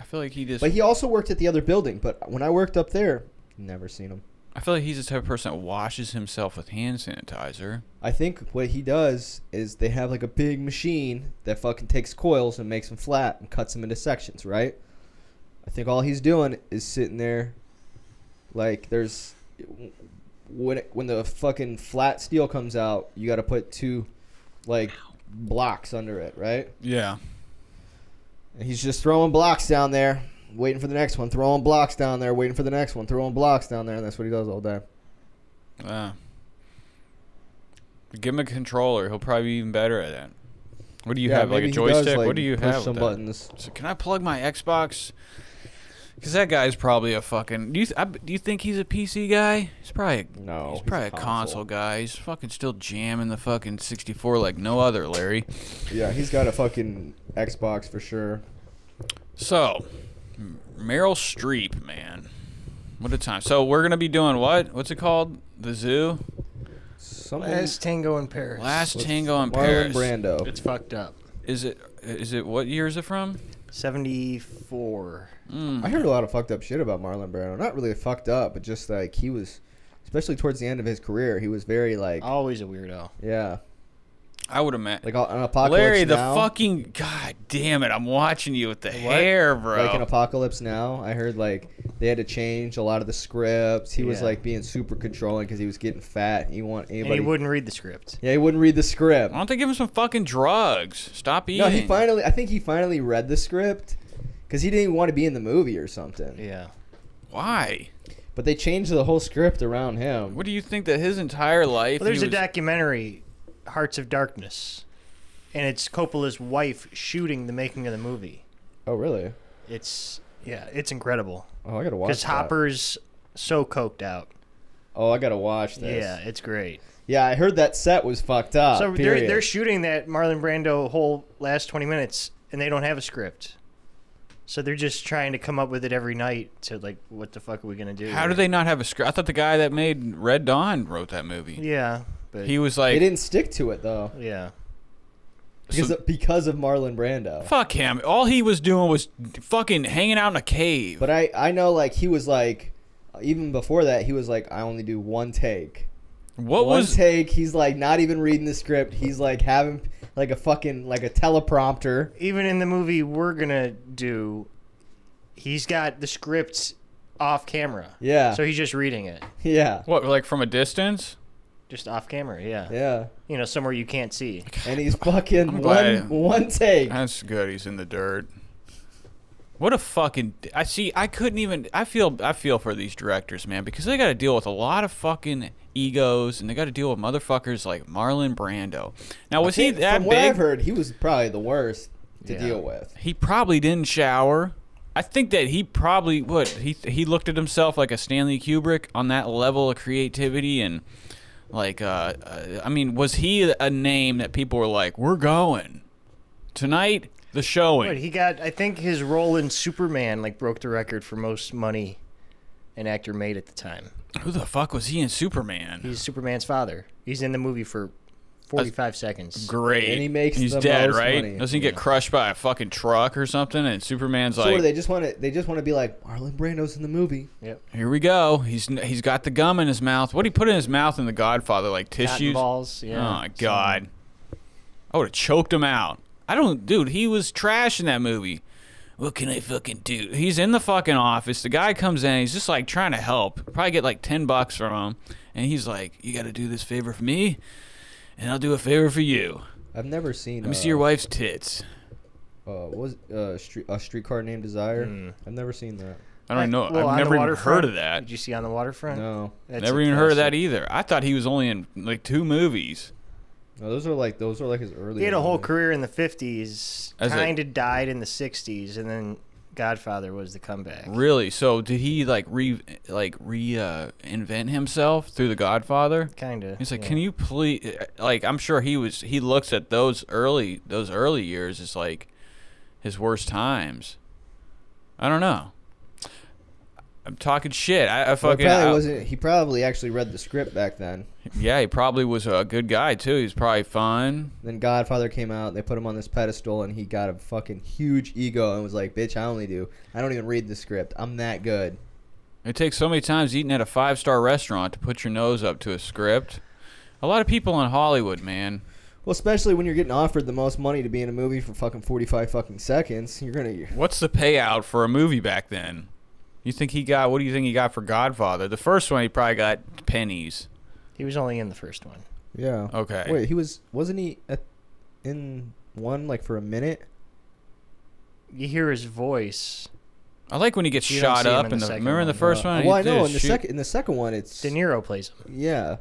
Speaker 1: I feel like he just.
Speaker 3: But he also worked at the other building. But when I worked up there, never seen him.
Speaker 1: I feel like he's the type of person that washes himself with hand sanitizer.
Speaker 3: I think what he does is they have like a big machine that fucking takes coils and makes them flat and cuts them into sections, right? I think all he's doing is sitting there, like there's when it, when the fucking flat steel comes out, you got to put two like blocks under it, right?
Speaker 1: Yeah.
Speaker 3: And he's just throwing blocks down there, waiting for the next one, throwing blocks down there, waiting for the next one, throwing blocks down there, and that's what he does all day.
Speaker 1: Ah. Give him a controller. He'll probably be even better at that. What do you
Speaker 3: Yeah,
Speaker 1: have? Like
Speaker 3: maybe
Speaker 1: a
Speaker 3: he does,
Speaker 1: joystick?
Speaker 3: like,
Speaker 1: what do you
Speaker 3: push
Speaker 1: have? with
Speaker 3: Some
Speaker 1: that?
Speaker 3: buttons.
Speaker 1: So can I plug my Xbox? Because that guy's probably a fucking. Do you th- I, do you think he's a PC guy? He's probably
Speaker 3: No,
Speaker 1: He's probably a console. guy. He's fucking still jamming the fucking 64 like no other, Larry.
Speaker 3: Yeah, he's got a fucking Xbox for sure.
Speaker 1: So, M- Meryl Streep, man, what a time. So we're gonna be doing what? What's it called? The zoo?
Speaker 3: Some
Speaker 4: Last Tango in Paris.
Speaker 1: Last
Speaker 3: with
Speaker 1: Tango in
Speaker 3: Marlon
Speaker 1: Paris.
Speaker 3: Brando.
Speaker 4: It's fucked up.
Speaker 1: Is it? Is it? What year is it from?
Speaker 4: 74.
Speaker 1: Mm.
Speaker 3: I heard a lot of fucked up shit about Marlon Brando. Not really fucked up, but just like he was, especially towards the end of his career, he was very like,
Speaker 4: Always a weirdo.
Speaker 3: yeah,
Speaker 1: I would imagine.
Speaker 3: like an apocalypse
Speaker 1: Larry, the
Speaker 3: now.
Speaker 1: fucking god damn it! I'm watching you with the hair, bro.
Speaker 3: Like in Apocalypse Now, I heard like they had to change a lot of the scripts. He was
Speaker 4: Yeah.
Speaker 3: like being super controlling because he was getting fat. He want
Speaker 4: And he
Speaker 3: anybody.
Speaker 4: wouldn't read the script.
Speaker 3: yeah, he wouldn't read the script.
Speaker 1: Why don't they give him some fucking drugs? Stop eating.
Speaker 3: No, he finally. I think he finally read the script because he didn't even want to be in the movie or something.
Speaker 4: Yeah.
Speaker 1: Why?
Speaker 3: But they changed the whole script around him.
Speaker 1: What do you think that his entire life?
Speaker 4: Well, there's
Speaker 1: he
Speaker 4: a
Speaker 1: was-
Speaker 4: documentary, Hearts of Darkness, and it's Coppola's wife shooting the making of the movie.
Speaker 3: Oh, really?
Speaker 4: It's yeah, it's incredible
Speaker 3: Oh, I gotta watch.
Speaker 4: because
Speaker 3: that.
Speaker 4: Hopper's so coked out.
Speaker 3: Oh, I gotta watch this.
Speaker 4: Yeah, it's great.
Speaker 3: Yeah, I heard that set was fucked up.
Speaker 4: so they're
Speaker 3: Uh, period.
Speaker 4: they're shooting that Marlon Brando whole last 20 minutes, and they don't have a script. So they're just trying to come up with it every night to like, what the fuck are we gonna do?
Speaker 1: How do they not have a script? I thought the guy that made Red Dawn wrote that movie.
Speaker 4: Yeah, but
Speaker 1: He was
Speaker 3: they
Speaker 1: like,
Speaker 3: didn't stick to it though
Speaker 4: yeah,
Speaker 3: because
Speaker 1: So-
Speaker 3: of, because of Marlon Brando.
Speaker 1: "Fuck him." All he was doing was fucking hanging out in a cave.
Speaker 3: But I I know like he was like even before that he was like I only do one take.
Speaker 1: what
Speaker 3: one
Speaker 1: was?
Speaker 3: take. He's like not even reading the script. He's like having like a fucking like a teleprompter.
Speaker 4: even in the movie we're gonna do, he's got the scripts off camera.
Speaker 3: Yeah.
Speaker 4: So he's just reading it,
Speaker 3: yeah.
Speaker 1: What like from a distance?
Speaker 4: just off camera. Yeah.
Speaker 3: Yeah.
Speaker 4: You know, somewhere you can't see.
Speaker 3: And he's fucking
Speaker 1: I'm
Speaker 3: one
Speaker 1: glad-
Speaker 3: one take.
Speaker 1: That's good. He's in the dirt. What a fucking! I see. I couldn't even. I feel. I feel for these directors, man, because they got to deal with a lot of fucking egos, and they got to deal with motherfuckers like Marlon Brando. Now, Oh, was he
Speaker 3: From
Speaker 1: that
Speaker 3: what I've
Speaker 1: big?
Speaker 3: heard, he was probably the worst to
Speaker 4: Yeah.
Speaker 3: deal with.
Speaker 1: He probably didn't shower. I think that he probably would. He he looked at himself like a Stanley Kubrick on that level of creativity and like uh, uh I mean, was he a name that people were like, "We're going tonight, the showing."
Speaker 4: But he got, I think his role in Superman like broke the record for most money an actor made at the time.
Speaker 1: Who the fuck was he in Superman?
Speaker 4: He's Superman's father. He's in the movie for 45 seconds.
Speaker 1: Great.
Speaker 3: And he makes
Speaker 1: He's
Speaker 3: the
Speaker 1: dead,
Speaker 3: most
Speaker 1: right?
Speaker 3: money.
Speaker 1: Doesn't he get crushed by a fucking truck or something? And Superman's
Speaker 3: So what,
Speaker 1: like,
Speaker 3: they just want to they just want to be like Marlon Brando's in the movie.
Speaker 4: Yep.
Speaker 1: "Here we go." He's he's got the gum in his mouth. What would he put in his mouth in The Godfather? Like
Speaker 4: Cotton
Speaker 1: tissues.
Speaker 4: balls. Yeah.
Speaker 1: oh my god, I would have choked him out. I don't, dude. He was trash in that movie. What can I fucking do? He's in the fucking office. The guy comes in. He's just like trying to help. Probably get like ten bucks from him, and he's like, "You got to do this favor for me, and I'll do a favor for you.
Speaker 3: I've never seen.
Speaker 1: Let me see your wife's tits."
Speaker 3: Uh, what was uh, street, a streetcar named Desire?
Speaker 1: Hmm.
Speaker 3: I've never seen that.
Speaker 1: I don't know.
Speaker 4: Well, On
Speaker 1: I've
Speaker 4: the
Speaker 1: never even
Speaker 4: Waterfront-
Speaker 1: heard of that.
Speaker 4: Did you see on the waterfront?
Speaker 3: No,
Speaker 4: That's
Speaker 1: never
Speaker 4: a
Speaker 1: even heard of that
Speaker 4: classic.
Speaker 1: either. I thought he was only in like two movies.
Speaker 3: no, those are like those are like his early.
Speaker 4: He had a whole
Speaker 3: movies.
Speaker 4: career in the 50s,
Speaker 1: As a-
Speaker 4: kind of died in the 60s, and then Godfather was the comeback.
Speaker 1: Really? So did he like re like re uh, invent himself through The Godfather?
Speaker 4: Kind of.
Speaker 1: He's like, can you please? eh, Like, I'm sure he was. He looks at those early those early years as like his worst times. I don't know. I'm talking shit. I, I
Speaker 3: Well,
Speaker 1: fucking
Speaker 3: probably
Speaker 1: I-
Speaker 3: wasn't. He probably actually read the script back then.
Speaker 1: [laughs] yeah. He probably was a good guy too. He's probably fun.
Speaker 3: Then Godfather came out. They put him on this pedestal, and he got a fucking huge ego and was like, "Bitch, I only do. I don't even read the script. I'm that good."
Speaker 1: It takes so many times eating at a five star restaurant to put your nose up to a script. A lot of people in Hollywood, man.
Speaker 3: Well, especially when you're getting offered the most money to be in a movie for fucking 45 fucking seconds, you're gonna.
Speaker 1: What's the payout for a movie back then? You think he got what do you think he got for Godfather? The first one he probably got pennies.
Speaker 4: He was only in the first one.
Speaker 3: Yeah.
Speaker 1: Okay.
Speaker 3: Wait, he was wasn't he at, in one like for a minute?
Speaker 4: you hear his voice.
Speaker 1: I like when he gets
Speaker 4: You don't
Speaker 1: shot
Speaker 4: see him
Speaker 1: up.
Speaker 4: in
Speaker 1: In
Speaker 4: the
Speaker 1: the,
Speaker 4: second
Speaker 1: remember in the
Speaker 4: one,
Speaker 1: first
Speaker 4: no.
Speaker 1: one?
Speaker 3: well,
Speaker 1: he
Speaker 3: I know
Speaker 1: just
Speaker 3: in the
Speaker 1: shoot-
Speaker 3: second in the second one, it's
Speaker 4: De Niro plays him.
Speaker 3: yeah,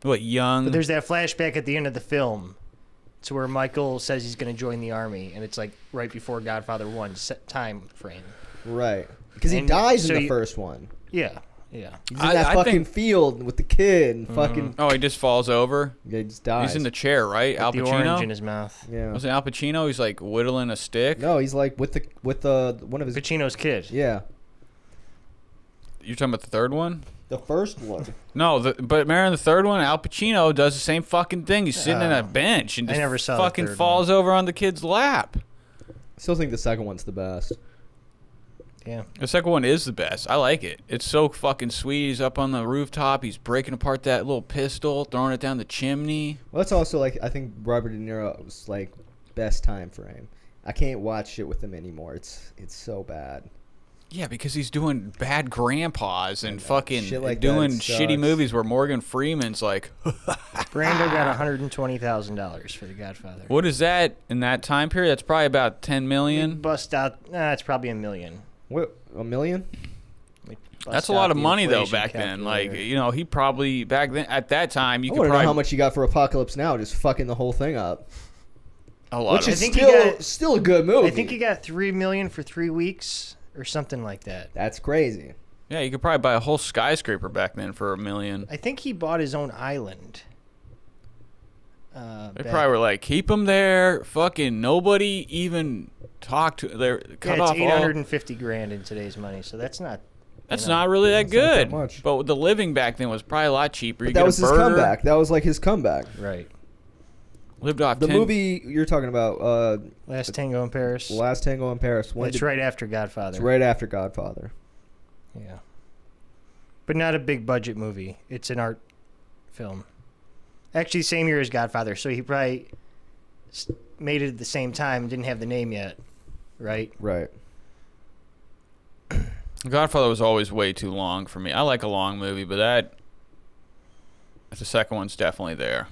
Speaker 1: What young?
Speaker 4: But there's that flashback at the end of the film to where Michael says he's going to join the army, and it's like right before Godfather 1 set time frame.
Speaker 3: right. Because he
Speaker 4: And
Speaker 3: dies
Speaker 4: so
Speaker 3: in the
Speaker 4: you-
Speaker 3: first one.
Speaker 4: Yeah, yeah.
Speaker 3: He's in
Speaker 1: I-
Speaker 3: that
Speaker 1: I
Speaker 3: fucking
Speaker 1: think-
Speaker 3: field with the kid and fucking.
Speaker 1: oh, he just falls over.
Speaker 3: Yeah, he just dies.
Speaker 1: He's in the chair, right? Al
Speaker 4: The orange
Speaker 1: Pacino.
Speaker 4: in his mouth.
Speaker 3: yeah.
Speaker 1: Was it Al Pacino? He's like whittling a stick.
Speaker 3: No, he's like with the with the one of his.
Speaker 4: Pacino's kid.
Speaker 3: Yeah,
Speaker 1: You're talking about the third one?
Speaker 3: the first
Speaker 4: [laughs]
Speaker 3: one.
Speaker 1: No, the, but remember in the third one, Al Pacino does the same fucking thing. He's sitting in
Speaker 4: Oh.
Speaker 1: a bench and
Speaker 4: I
Speaker 1: just
Speaker 4: never saw the
Speaker 1: fucking
Speaker 4: third
Speaker 1: falls over on the kid's lap.
Speaker 3: Still think the second one's the best.
Speaker 4: Yeah.
Speaker 1: The second one is the best. I like it. It's so fucking sweet. He's up on the rooftop. He's breaking apart that little pistol, throwing it down the chimney.
Speaker 3: Well, that's also like I think Robert De Niro was like best time frame. I can't watch shit with him anymore. It's it's so bad.
Speaker 1: Yeah, because he's doing bad grandpas and
Speaker 3: know.
Speaker 1: fucking
Speaker 3: Shit like that
Speaker 1: doing
Speaker 3: sucks.
Speaker 1: shitty movies where Morgan Freeman's like, [laughs]
Speaker 4: Brando [sighs] got $120,000 for The Godfather.
Speaker 1: what is that in that time period? That's probably about 10
Speaker 4: We
Speaker 1: million.
Speaker 4: bust out. Nah, it's probably a million.
Speaker 3: What a million?
Speaker 4: We
Speaker 1: That's
Speaker 4: bust
Speaker 1: a lot
Speaker 4: out
Speaker 1: of
Speaker 4: the
Speaker 1: money though
Speaker 4: inflation
Speaker 1: back then. Like,
Speaker 4: calculator.
Speaker 1: you know, he probably back then at that time you
Speaker 3: I
Speaker 1: could
Speaker 3: want to know
Speaker 1: probably
Speaker 3: how much he got for Apocalypse Now, just fucking the whole thing up.
Speaker 1: a lot.
Speaker 3: Which
Speaker 1: of-
Speaker 3: is
Speaker 4: think he
Speaker 3: still
Speaker 4: got-
Speaker 3: still a good movie.
Speaker 4: I think he got three million for three weeks or something like that.
Speaker 3: That's crazy.
Speaker 1: yeah, you could probably buy a whole skyscraper back then for a million.
Speaker 4: I think he bought his own island. Uh,
Speaker 1: They
Speaker 4: back-
Speaker 1: probably were like, keep him there. Fucking nobody even talked to. They're
Speaker 4: yeah,
Speaker 1: cut
Speaker 4: it's
Speaker 1: off
Speaker 4: eight
Speaker 1: all.
Speaker 4: hundred and fifty grand in today's money, so that's not.
Speaker 1: That's
Speaker 4: you know.
Speaker 1: not really that
Speaker 3: it's not that
Speaker 1: good.
Speaker 3: much.
Speaker 1: But the living back then was probably a lot cheaper. You
Speaker 3: But that
Speaker 1: get
Speaker 3: was
Speaker 1: a
Speaker 3: his
Speaker 1: burger,
Speaker 3: comeback. That was like his comeback.
Speaker 4: right.
Speaker 1: Lived off
Speaker 3: The
Speaker 1: 10
Speaker 3: movie you're talking about, uh,
Speaker 4: Last Tango in Paris.
Speaker 3: The Last Tango in Paris. One
Speaker 4: That's right after Godfather.
Speaker 3: It's right after Godfather.
Speaker 4: Yeah. But not a big budget movie. It's an art film. Actually, same year as Godfather, so he probably s- made it at the same time. Didn't have the name yet, right?
Speaker 3: Right.
Speaker 1: Godfather was always way too long for me. I like a long movie, but that the second one's definitely there.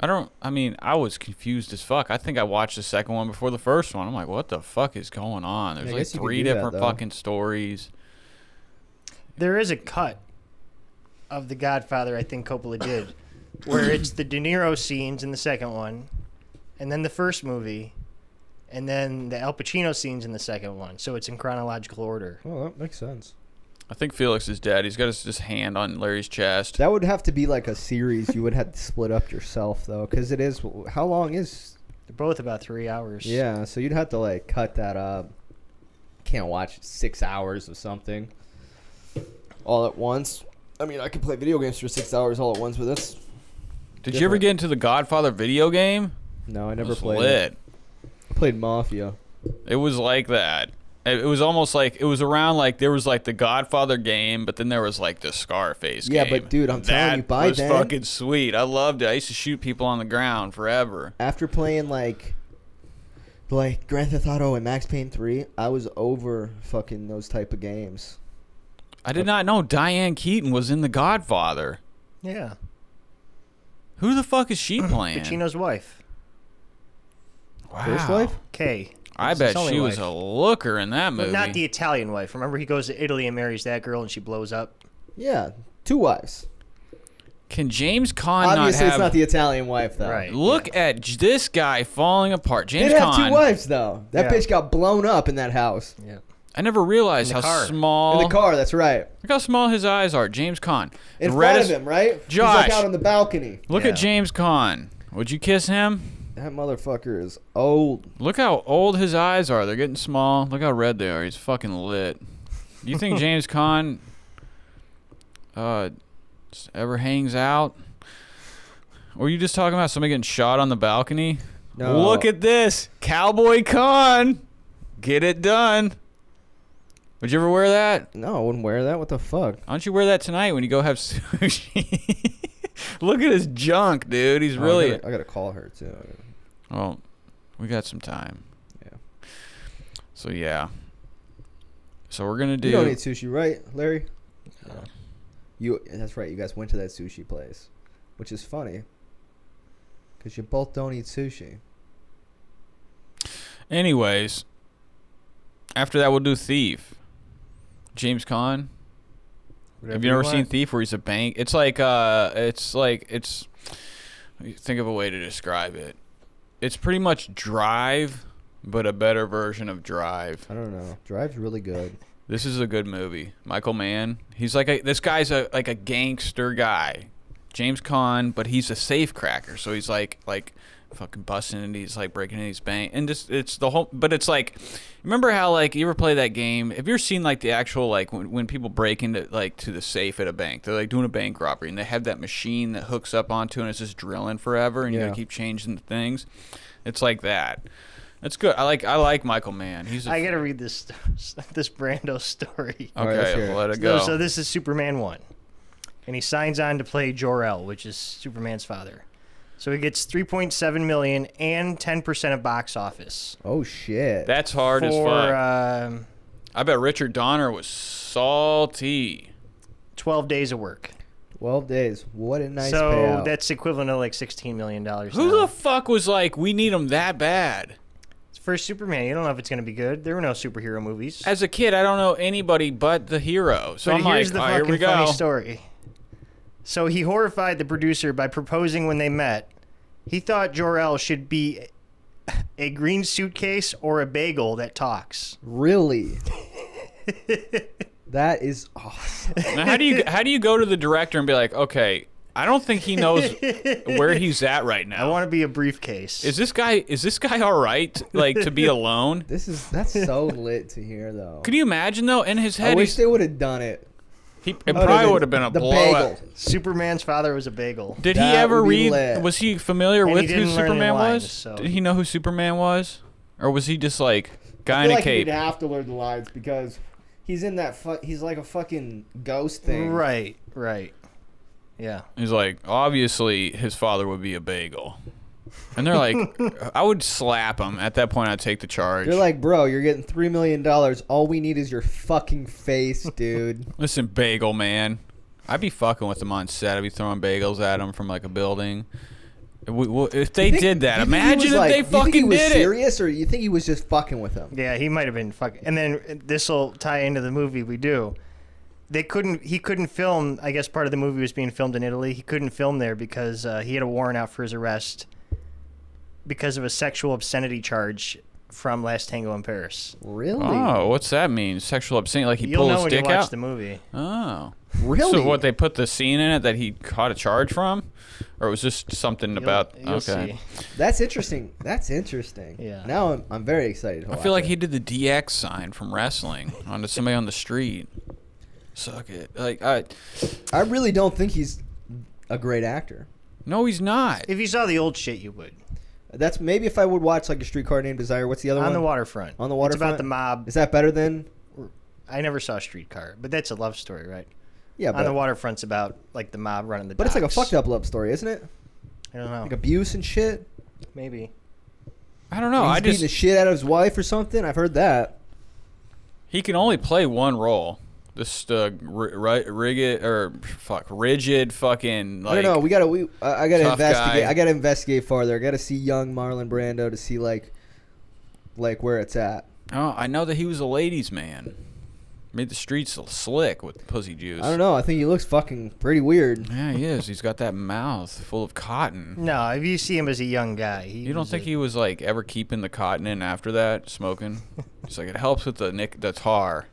Speaker 1: I don't. I mean, I was confused as fuck. I think I watched the second one before the first one. I'm like, what the fuck is going on? There's
Speaker 3: I
Speaker 1: like
Speaker 3: guess you could
Speaker 1: three
Speaker 3: do that,
Speaker 1: different
Speaker 3: though.
Speaker 1: fucking stories.
Speaker 4: There is a cut of The Godfather, I think Coppola did, [coughs] where it's the De Niro scenes in the second one, and then the first movie, and then the Al Pacino scenes in the second one. So it's in chronological order.
Speaker 1: Oh,
Speaker 3: Well, that makes sense.
Speaker 1: I think Felix is dead. He's got his, his hand on Larry's chest.
Speaker 3: That would have to be like a series. You would have to split up yourself though, because it is. How long is?
Speaker 4: They're both about three hours.
Speaker 3: Yeah, so you'd have to like cut that up. Can't watch six hours of something all at once. I mean, I could play video games for six hours all at once, but that's
Speaker 1: Did you ever
Speaker 3: different.
Speaker 1: get into the Godfather video game?
Speaker 3: no. I
Speaker 1: It
Speaker 3: never
Speaker 1: was
Speaker 3: played. It.
Speaker 1: lit.
Speaker 3: I played Mafia.
Speaker 1: It was like that. It it was almost like it was around like there was like the Godfather game, but then there was like the Scarface
Speaker 3: Yeah,
Speaker 1: game.
Speaker 3: but dude, I'm
Speaker 1: that
Speaker 3: telling you, by
Speaker 1: was
Speaker 3: then-
Speaker 1: fucking sweet. I loved it. I used to shoot people on the ground forever.
Speaker 3: After playing like, like Grand Theft Auto and Max Payne Three, I was over fucking those type of games.
Speaker 1: I did not know Diane Keaton was in the Godfather.
Speaker 4: Yeah.
Speaker 1: Who the fuck is
Speaker 3: [clears throat]
Speaker 1: she playing?
Speaker 4: Pacino's wife,
Speaker 1: wow.
Speaker 3: First wife?
Speaker 4: Kay.
Speaker 1: I
Speaker 4: It's
Speaker 1: bet
Speaker 4: his only
Speaker 1: she was
Speaker 4: wife.
Speaker 1: a looker in that
Speaker 4: But
Speaker 1: movie.
Speaker 4: not the Italian wife. Remember, he goes to Italy and marries that girl, and she blows up.
Speaker 3: Yeah, two wives.
Speaker 1: Can James Conn
Speaker 3: Obviously,
Speaker 1: not
Speaker 3: it's
Speaker 1: have?
Speaker 3: not the Italian wife though.
Speaker 4: Right.
Speaker 1: Look at j- this guy falling apart.
Speaker 3: Did
Speaker 1: James
Speaker 3: have two
Speaker 1: Conn.
Speaker 3: wives though. That
Speaker 4: Yeah.
Speaker 3: bitch got blown up in that house.
Speaker 4: Yeah.
Speaker 1: I never realized
Speaker 4: In the
Speaker 1: how
Speaker 4: car.
Speaker 1: small.
Speaker 3: In the car, that's right.
Speaker 1: Look how small his eyes are. James Conn. The
Speaker 3: In front
Speaker 1: reddest-
Speaker 3: of him, right?
Speaker 1: Josh.
Speaker 3: He's like out on the balcony.
Speaker 1: Look
Speaker 4: Yeah.
Speaker 1: at James Conn. Would you kiss him?
Speaker 3: That motherfucker is old.
Speaker 1: Look how old his eyes are. They're getting small. Look how red they are. He's fucking lit. Do you
Speaker 3: [laughs]
Speaker 1: think
Speaker 4: [laughs]
Speaker 1: James Conn uh, s- ever hangs out? Were you just talking about somebody getting shot on the balcony?
Speaker 3: No.
Speaker 1: Look at this. Cowboy Conn. Get it done. Would you ever wear that?
Speaker 3: No, I wouldn't wear that. What the fuck?
Speaker 1: Why don't you wear that tonight when you go have [laughs] sushi? Look at his junk, dude. He's really.
Speaker 3: Oh, I gotta, I gotta call her too.
Speaker 1: Well, we got some time.
Speaker 3: Yeah.
Speaker 1: So yeah. So we're gonna do.
Speaker 3: You don't eat sushi, right, Larry?
Speaker 4: No.
Speaker 3: You. That's right. You guys went to that sushi place, which is funny, because you both don't eat sushi.
Speaker 1: Anyways, After that, we'll do Thief. James Caan. Have you
Speaker 4: Whatever
Speaker 1: ever seen
Speaker 4: want.
Speaker 1: Thief where he's a bank? It's like uh it's like it's think of a way to describe it. It's pretty much Drive, but a better version of Drive.
Speaker 3: I don't know. Drive's really good.
Speaker 1: This is a good movie. Michael Mann. He's like a this guy's a like a gangster guy. James Caan, but he's a safe cracker. So he's like like fucking busting and he's like breaking in these bank and just it's the whole but it's like remember how like you ever play that game have you ever seen like the actual like when, when people break into like to the safe at a bank they're like doing a bank robbery and they have that machine that hooks up onto it and it's just drilling forever and you
Speaker 3: Yeah.
Speaker 1: gotta keep changing the things it's like that it's good i like i like michael mann he's a
Speaker 4: I gotta read this [laughs] this Brando story.
Speaker 1: okay
Speaker 3: Alright, let's hear it.
Speaker 1: let it
Speaker 4: So,
Speaker 1: go
Speaker 4: so this is Superman one, and he signs on to play Jor El, which is Superman's father. So he gets 3.7 million and 10 percent of box office
Speaker 3: Oh shit.
Speaker 1: That's hard as
Speaker 4: for
Speaker 1: fuck.
Speaker 4: um,
Speaker 1: I bet Richard Donner was salty.
Speaker 4: 12 days of work.
Speaker 3: Twelve days. What a nice
Speaker 4: so
Speaker 3: payout.
Speaker 4: that's equivalent to like 16 million dollars.
Speaker 1: Who the fuck was like, we need him that bad?
Speaker 4: first Superman? You don't know if it's gonna be good. There were no superhero movies.
Speaker 1: As a kid, I don't know anybody but the hero. So
Speaker 4: But
Speaker 1: I'm
Speaker 4: here's
Speaker 1: like,
Speaker 4: the
Speaker 1: "All right,
Speaker 4: fucking
Speaker 1: here we go.
Speaker 4: funny story. So he horrified the producer by proposing when they met. He thought Jor El should be a green suitcase or a bagel that talks. [laughs]
Speaker 3: really. that is awesome.
Speaker 1: Now, how do you how do you go to the director and be like, okay, I don't think he
Speaker 4: [laughs]
Speaker 1: knows where he's at right
Speaker 4: I
Speaker 1: now.
Speaker 4: want to be a briefcase.
Speaker 1: is this guy is this guy all right? Like to
Speaker 4: [laughs]
Speaker 1: be alone?
Speaker 3: This is that's so lit to hear though.
Speaker 1: Could you imagine though? In his
Speaker 3: I
Speaker 1: head,
Speaker 3: wish
Speaker 1: he's,
Speaker 3: they would have done it.
Speaker 1: he
Speaker 4: Oh,
Speaker 1: it probably would have been a
Speaker 3: the
Speaker 1: blowout.
Speaker 3: bagel.
Speaker 4: Superman's father was a bagel.
Speaker 1: Did he
Speaker 3: That
Speaker 1: ever
Speaker 3: would be
Speaker 1: read?
Speaker 3: lit.
Speaker 1: Was he familiar
Speaker 4: And he
Speaker 1: with who
Speaker 4: didn't learn any
Speaker 1: Superman
Speaker 4: lines,
Speaker 1: was?
Speaker 4: so-
Speaker 1: Did he know who Superman was, or was he just like guy
Speaker 3: I
Speaker 1: in
Speaker 3: feel
Speaker 1: a
Speaker 3: like
Speaker 1: cape?
Speaker 3: he'd have to learn the lines because he's in that. Fu- he's like a fucking ghost thing.
Speaker 4: Right, right. Yeah.
Speaker 1: He's like, obviously, his father would be a bagel, and they're
Speaker 3: [laughs]
Speaker 1: like, I would slap him at that point. I'd take the charge.
Speaker 3: You're like, bro, you're getting three million dollars. All we need is your
Speaker 1: [laughs]
Speaker 3: fucking face, dude.
Speaker 1: Listen, bagel man, I'd be fucking with him on set. I'd be throwing bagels at him from like a building. We- we- If they
Speaker 3: You think-
Speaker 1: did that,
Speaker 3: you think he
Speaker 1: imagine
Speaker 3: was
Speaker 1: if
Speaker 3: like-
Speaker 1: they
Speaker 3: you think he
Speaker 1: fucking
Speaker 3: was
Speaker 1: did it.
Speaker 3: serious, or you think he was just fucking with him?
Speaker 4: Yeah, he might have been fucking. And then this will tie into the movie we do. They couldn't. He couldn't film. I guess part of the movie was being filmed in Italy. He couldn't film there because uh, he had a warrant out for his arrest because of a sexual obscenity charge from Last Tango in Paris.
Speaker 3: Really?
Speaker 1: Oh, what's that mean? Sexual obscene? Like he
Speaker 4: You'll
Speaker 1: pulled
Speaker 4: know
Speaker 1: his
Speaker 4: when you
Speaker 1: dick
Speaker 4: watch
Speaker 1: out?
Speaker 4: the movie.
Speaker 1: Oh.
Speaker 3: Really?
Speaker 1: So what they put the scene in it that he caught a charge from, or was this something
Speaker 4: You'll-
Speaker 1: about?
Speaker 4: you'll
Speaker 1: okay.
Speaker 4: see.
Speaker 3: That's interesting. That's interesting.
Speaker 4: Yeah.
Speaker 3: Now I'm, I'm very excited. To
Speaker 1: I
Speaker 3: watch
Speaker 1: feel like
Speaker 3: it.
Speaker 1: he did the DX sign from
Speaker 3: [laughs]
Speaker 1: wrestling onto somebody on the street. Suck it. Like I,
Speaker 3: I really don't think he's a great actor.
Speaker 1: no, he's not.
Speaker 4: If you saw the old shit, you would.
Speaker 3: That's maybe if I would watch like a Streetcar Named Desire. What's the other
Speaker 4: On
Speaker 3: one?
Speaker 4: the waterfront.
Speaker 3: On the
Speaker 4: It's about
Speaker 3: waterfront?
Speaker 4: the mob.
Speaker 3: Is that better than?
Speaker 4: I never saw Streetcar, but that's a love story, right?
Speaker 3: Yeah,
Speaker 4: On
Speaker 3: but,
Speaker 4: the waterfront's about like the mob running the.
Speaker 3: but it's like a
Speaker 4: docks.
Speaker 3: fucked up love story, isn't it?
Speaker 4: I don't know.
Speaker 3: Like abuse and shit.
Speaker 4: Maybe.
Speaker 1: I don't know.
Speaker 3: he's
Speaker 1: I
Speaker 3: beating
Speaker 1: just
Speaker 3: the shit out of his wife or something. I've heard that.
Speaker 1: he can only play one role. This uh, ri- ri- rigid or fuck rigid fucking like
Speaker 3: I don't know. We gotta. We I I gotta
Speaker 1: tough
Speaker 3: investigate.
Speaker 1: guy.
Speaker 3: I gotta investigate farther. I gotta see young Marlon Brando to see like, like where it's at.
Speaker 1: oh, I know that he was a ladies' man. Made the streets slick with pussy juice.
Speaker 3: I don't know. I think he looks fucking pretty weird.
Speaker 1: Yeah, he is. He's got that mouth full of cotton.
Speaker 4: No, if you see him as a young guy, he
Speaker 1: You don't
Speaker 4: was
Speaker 1: think
Speaker 4: a-
Speaker 1: he was like ever keeping the cotton in after that
Speaker 4: [laughs]
Speaker 1: smoking? It's like it helps with the nick the tar.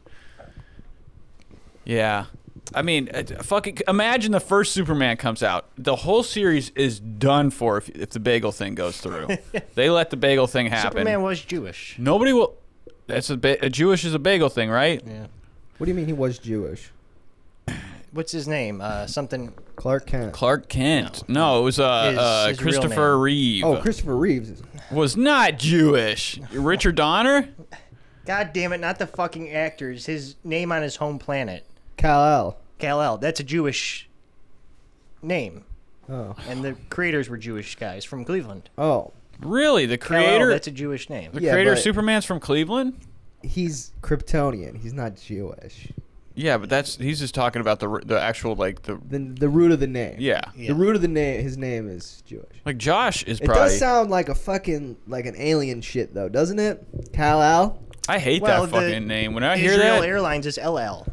Speaker 1: Yeah, I mean, uh, it- fucking imagine the first Superman comes out. The whole series is done for if, if the bagel thing goes
Speaker 4: [laughs]
Speaker 1: through. they let the bagel thing happen.
Speaker 4: Superman was Jewish?
Speaker 1: Nobody will. That's a, ba- a Jewish is a bagel thing, right?
Speaker 4: Yeah.
Speaker 3: What do you mean he was Jewish?
Speaker 4: What's his name? Uh, something.
Speaker 3: Clark Kent.
Speaker 1: Clark Kent. No, it was uh,
Speaker 4: His-
Speaker 1: uh
Speaker 4: his real
Speaker 1: Christopher
Speaker 4: name.
Speaker 1: Reeve.
Speaker 3: Oh, Christopher Reeves. is-
Speaker 1: was not
Speaker 4: [laughs]
Speaker 1: Jewish. Richard Donner.
Speaker 4: God damn it! Not the fucking actors. His name on his home planet,
Speaker 3: Kal
Speaker 4: Kal El. That's a Jewish name,
Speaker 3: El. Oh.
Speaker 4: and the creators were Jewish guys from Cleveland.
Speaker 3: Oh.
Speaker 1: Really, the
Speaker 4: Kal-El,
Speaker 1: creator.
Speaker 4: that's a Jewish name.
Speaker 1: The
Speaker 3: Yeah,
Speaker 1: creator of
Speaker 3: but-
Speaker 1: Superman's from Cleveland?
Speaker 3: He's Kryptonian. He's not Jewish.
Speaker 1: Yeah, but that's he's just talking about the the actual like the
Speaker 3: The the root of the name.
Speaker 1: yeah.
Speaker 4: Yeah.
Speaker 3: The root of the name. His name is Jewish.
Speaker 1: Like Josh is
Speaker 3: It
Speaker 1: probably
Speaker 3: does sound like a fucking like an alien shit though, doesn't it? Kal El.
Speaker 1: I hate
Speaker 4: Well,
Speaker 1: that
Speaker 4: the
Speaker 1: fucking name. When I hear
Speaker 4: Israel
Speaker 1: that,
Speaker 4: Airlines is LL.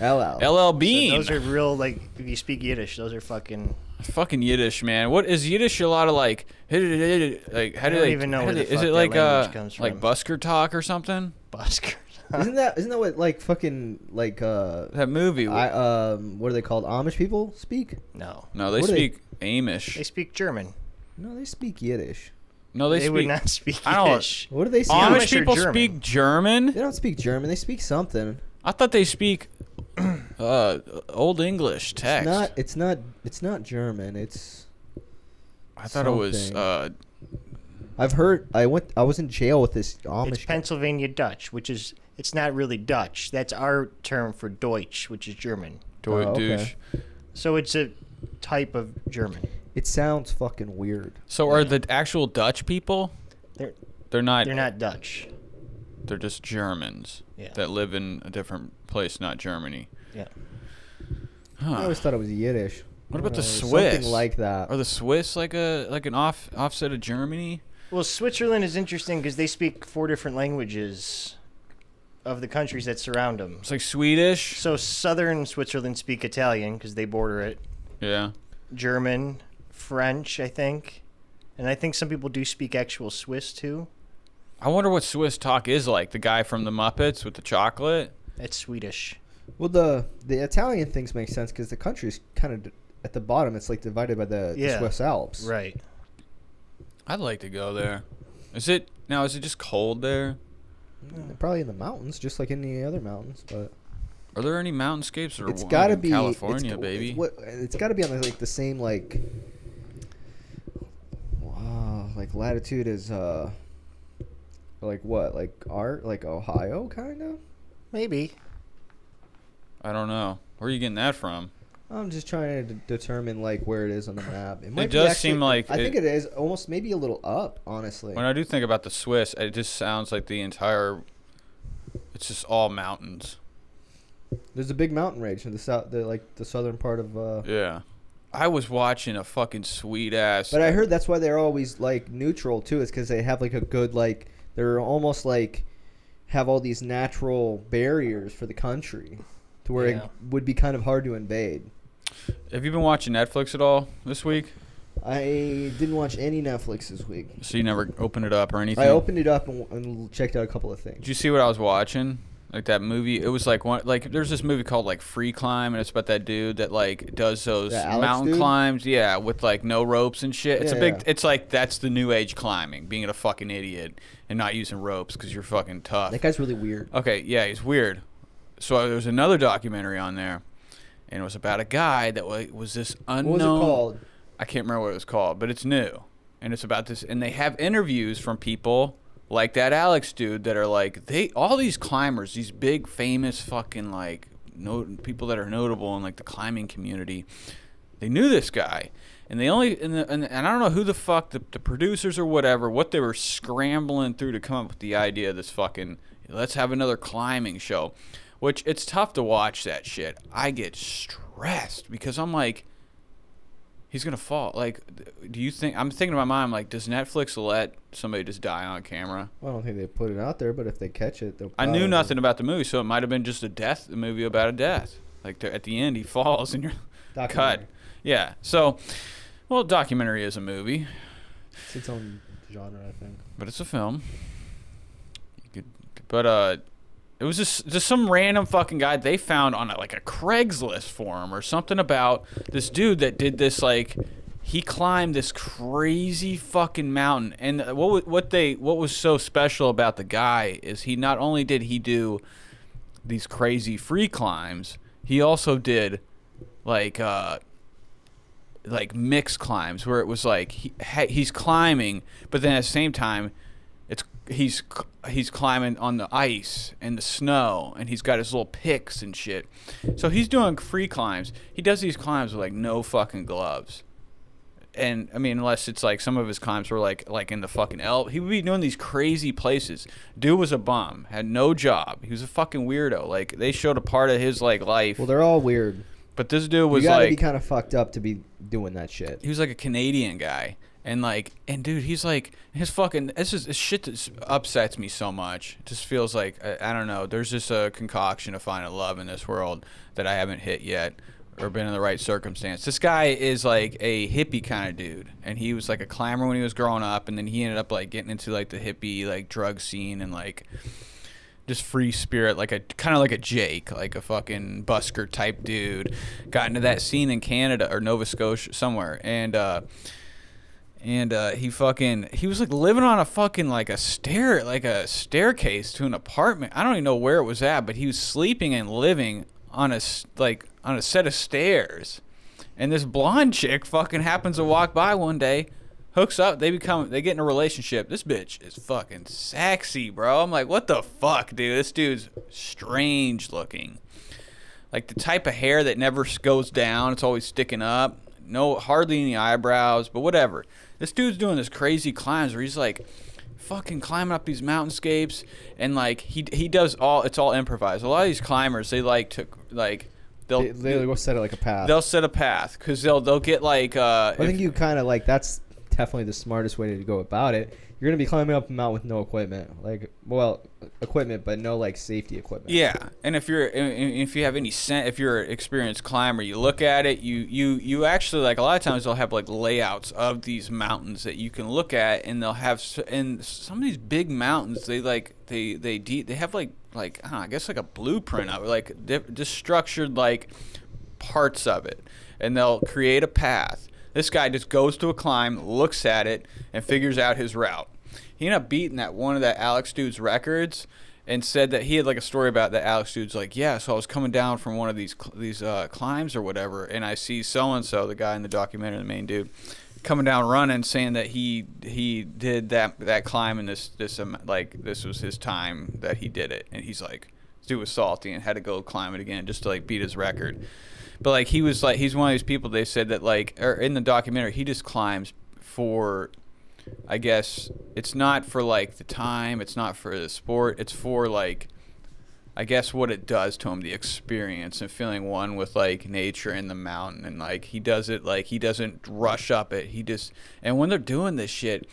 Speaker 3: LL.
Speaker 1: LL
Speaker 4: So
Speaker 1: Bean.
Speaker 4: those are real, like, if you speak Yiddish, those are fucking.
Speaker 1: fucking Yiddish, man. What is Yiddish? A lot of like, [laughs] like how
Speaker 4: I
Speaker 1: do
Speaker 4: don't
Speaker 1: they
Speaker 4: even know
Speaker 1: how
Speaker 4: where
Speaker 1: do
Speaker 4: the
Speaker 1: they-
Speaker 4: fuck
Speaker 1: is it
Speaker 4: that
Speaker 1: like
Speaker 4: language
Speaker 1: uh,
Speaker 4: comes
Speaker 1: like
Speaker 4: from.
Speaker 1: busker talk or something?
Speaker 4: buskers. [laughs]
Speaker 3: Isn't that isn't that what like fucking like uh
Speaker 1: That movie.
Speaker 3: I um what are they called? Amish people speak?
Speaker 4: no,
Speaker 1: no, they
Speaker 3: what do they-
Speaker 1: speak Amish.
Speaker 4: they speak German.
Speaker 3: No, they speak Yiddish.
Speaker 1: no,
Speaker 4: They,
Speaker 1: they, speak.
Speaker 4: would not [laughs] speak
Speaker 1: I don't-
Speaker 4: Yiddish.
Speaker 3: What do they speak?
Speaker 1: Amish
Speaker 4: Amish or
Speaker 1: people
Speaker 4: German?
Speaker 1: speak German.
Speaker 3: They don't speak German. They speak something.
Speaker 1: I thought they speak uh, Old English text.
Speaker 3: It's not. It's not. It's not German. It's.
Speaker 1: I thought it was.
Speaker 3: something.
Speaker 1: Uh,
Speaker 3: I've heard. I went. I was in jail with this
Speaker 4: It's
Speaker 3: Amish. guy.
Speaker 4: Pennsylvania Dutch, which is it's not really Dutch. That's our term for Deutsch, which is German.
Speaker 1: Doi-
Speaker 3: Oh, okay.
Speaker 1: douche.
Speaker 4: So it's a type of German.
Speaker 3: It sounds fucking weird.
Speaker 1: So are the actual Dutch people?
Speaker 4: They're
Speaker 1: They're not.
Speaker 4: they're not Dutch.
Speaker 1: They're just Germans
Speaker 4: Yeah.
Speaker 1: that live in a different place, not Germany.
Speaker 4: Yeah.
Speaker 3: I
Speaker 1: Huh.
Speaker 3: always thought it was Yiddish.
Speaker 1: What
Speaker 3: I
Speaker 1: about
Speaker 3: don't
Speaker 1: the
Speaker 3: know,
Speaker 1: Swiss?
Speaker 3: Something like that.
Speaker 1: Are the Swiss like a like an off offset of Germany?
Speaker 4: Well, Switzerland is interesting because they speak four different languages of the countries that surround them.
Speaker 1: It's like Swedish.
Speaker 4: So southern Switzerland speak Italian because they border it.
Speaker 1: Yeah.
Speaker 4: German, French, I think. And I think some people do speak actual Swiss too.
Speaker 1: I wonder what Swiss talk is like. The guy from the Muppets with the chocolate.
Speaker 4: That's Swedish.
Speaker 3: Well, the the Italian things make sense because the country's kind of d- at the bottom. It's like divided by the, the
Speaker 4: Yeah.
Speaker 3: Swiss Alps.
Speaker 4: Right.
Speaker 1: I'd like to go there. Is it now? Is it just cold there?
Speaker 3: Mm, Probably in the mountains, just like any other mountains. But
Speaker 1: Are there any mountainscapes or
Speaker 3: it's
Speaker 1: one
Speaker 3: got to
Speaker 1: in
Speaker 3: be
Speaker 1: California,
Speaker 3: it's,
Speaker 1: baby?
Speaker 3: It's, what, it's got to be on the, like the same like. Wow, like latitude is uh. Like what? Like art? Like Ohio, kind of.
Speaker 4: Maybe.
Speaker 1: I don't know. Where are you getting that from?
Speaker 3: I'm just trying to d- determine like where it is on the map. It, be
Speaker 1: does seem like
Speaker 3: I
Speaker 1: it-
Speaker 3: think it is almost maybe a little up, honestly.
Speaker 1: When I do think about the Swiss, it just sounds like the entire. It's just all mountains.
Speaker 3: There's a big mountain range in the south, the, like the southern part of. Uh,
Speaker 1: Yeah. I was watching a fucking sweet ass.
Speaker 3: But I heard that's why they're always like neutral too. Is because they have like a good like they're almost like have all these natural barriers for the country to where
Speaker 4: Yeah.
Speaker 3: it would be kind of hard to invade.
Speaker 1: Have you been watching Netflix at all this week?
Speaker 3: I didn't watch any Netflix this week.
Speaker 1: So you never opened it up or anything?
Speaker 3: I opened it up and, and checked out a couple of
Speaker 1: Did
Speaker 3: things.
Speaker 1: you see what I was watching? Like that movie. It was like one. Like there's this movie called like Free Climb, and it's about that dude that like does those
Speaker 3: The Alex
Speaker 1: mountain
Speaker 3: dude?
Speaker 1: climbs. Yeah, with like no ropes and shit. It's a
Speaker 3: Yeah,
Speaker 1: big.
Speaker 3: yeah.
Speaker 1: It's like that's the new age climbing, being a fucking idiot and not using ropes because you're fucking tough.
Speaker 3: That guy's really weird.
Speaker 1: Okay, yeah, he's weird. So there was another documentary on there, and it was about a guy that wa- was this unknown.
Speaker 3: What was it called?
Speaker 1: I can't remember what it was called, but it's new, and it's about this. And they have interviews from people like that Alex dude that are like they all these climbers, these big famous fucking like no people that are notable in like the climbing community. They knew this guy, and they only and, the, and, and I don't know who the fuck the, the producers or whatever what they were scrambling through to come up with the idea of this fucking let's have another climbing show, which it's tough to watch that shit. I get stressed because I'm like. He's gonna fall. Like, th- do you think? I'm thinking in my mind, like, does Netflix let somebody just die on camera?
Speaker 3: Well, I don't think they put it out there, but if they catch it, they'll.
Speaker 1: I
Speaker 3: probably-
Speaker 1: knew nothing about the movie, so it might have been just a death, a movie about a death. Like there- at the end, he [laughs] falls and you're cut.
Speaker 3: Documentary.
Speaker 1: Yeah. So, well, documentary is a movie,
Speaker 3: It's its own genre, I think.
Speaker 1: but it's a film. You could, but uh, it was just just some random fucking guy they found on a, like a Craigslist forum or something about this dude that did this like he climbed this crazy fucking mountain and what wa- what they what was so special about the guy is he not only did he do these crazy free climbs he also did like uh like mixed climbs where it was like he, ha- he's climbing but then at the same time it's he's c- he's climbing on the ice and the snow and he's got his little picks and shit so he's doing free climbs he does these climbs with like no fucking gloves and I mean, unless it's like some of his climbs were like like in the fucking El, he would be doing these crazy places. Dude was a bum, had no job. He was a fucking weirdo. Like they showed a part of his like life,
Speaker 3: Well, they're all weird.
Speaker 1: but this dude was
Speaker 3: you gotta
Speaker 1: like
Speaker 3: be kind of fucked up to be doing that shit.
Speaker 1: he was like a Canadian guy, And like, and dude, he's like, his fucking, this is this shit that s- upsets me so much. It just feels like, I, I don't know, there's just a concoction of finding love in this world that I haven't hit yet or been in the right circumstance. This guy is like a hippie kind of dude. And he was like a climber when he was growing up. And then he ended up like getting into like the hippie, like drug scene and like just free spirit, like a kind of like a Jake, like a fucking busker type dude, got into that scene in Canada or Nova Scotia somewhere, and uh, and uh, he fucking he was like living on a fucking like a stair like a staircase to an apartment. I don't even know where it was at, but he was sleeping and living on a s- like on a set of stairs, and this blonde chick fucking happens to walk by one day. Hooks up, they become, they get in a relationship. This bitch is fucking sexy, bro. I'm like, what the fuck, dude? This dude's strange looking like the type of hair that never s- goes down it's always sticking up no hardly any eyebrows but whatever this dude's doing this crazy climbs where he's like fucking climbing up these mountainscapes and like he he does all it's all improvised a lot of these climbers they like to like they'll
Speaker 3: They, they will set it like a path.
Speaker 1: they'll set a path because they'll they'll get like uh
Speaker 3: I think
Speaker 1: if-
Speaker 3: you kind of like that's definitely the smartest way to go about it. You're gonna be climbing up a mountain with no equipment, like well, equipment, but no like safety equipment.
Speaker 1: Yeah, and if you're and- and if you have any sense, if you're an experienced climber, you look at it. You you you actually like a lot of times they'll have like layouts of these mountains that you can look at, and they'll have s- and some of these big mountains they like they they de- they have like like I, don't know, I guess like a blueprint of it, like di- just structured like parts of it, and they'll create a path. This guy just goes to a climb, looks at it, and figures out his route. He ended up beating that one of that Alex dude's records, and said that he had like a story about that Alex dude's like, yeah, so I was coming down from one of these cl- these uh, climbs or whatever, and I see so and so, the guy in the documentary, the main dude, coming down running, saying that he he did that that climb and this this um, like this was his time that he did it, and he's like, this dude was salty and had to go climb it again just to like beat his record. But like he was like he's one of these people they said that like or in the documentary he just climbs for I guess it's not for like the time, it's not for the sport, it's for like I guess what it does to him, the experience and feeling one with like nature and the mountain and like he does it like he doesn't rush up it. He just and when they're doing this shit,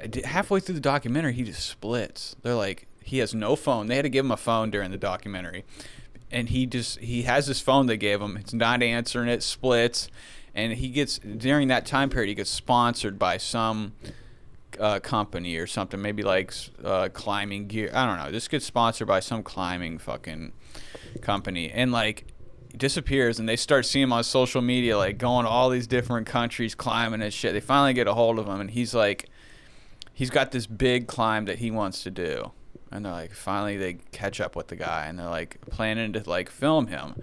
Speaker 1: eh, d- halfway through the documentary he just splits. They're like he has no phone. They had to give him a phone during the documentary. And he just he has this phone they gave him. It's not answering it, splits. And he gets during that time period he gets sponsored by some uh, company or something, maybe like uh, climbing gear. I don't know. This gets sponsored by some climbing fucking company, and like disappears, and they start seeing him on social media, like going to all these different countries climbing and shit. They finally get a hold of him, and he's like, he's got this big climb that he wants to do, and they're like, finally they catch up with the guy, and they're like planning to like film him,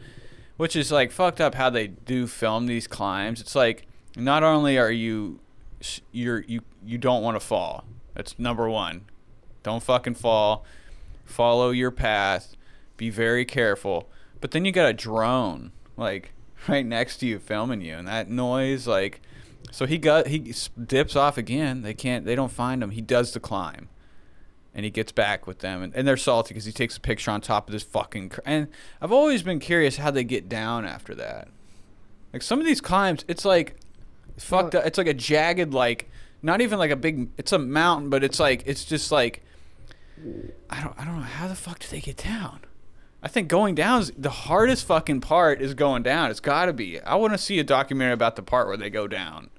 Speaker 1: which is like fucked up how they do film these climbs. It's like not only are you s- you're you you don't want to fall. That's number one. Don't fucking fall. Follow your path. Be very careful. But then you got a drone like [laughs] right next to you filming you, and that noise like. So he got he s- dips off again. They can't. They don't find him. He does the climb, and he gets back with them, and, and they're salty because he takes a picture on top of this fucking. Cr- and I've always been curious how they get down after that. Like some of these climbs, it's like it's fucked up. It's like a jagged, like not even like a big. It's a mountain, but it's like it's just like I don't I don't know how the fuck do they get down. I think going down is the hardest fucking part. Is going down. It's got to be. I want to see a documentary about the part where they go down.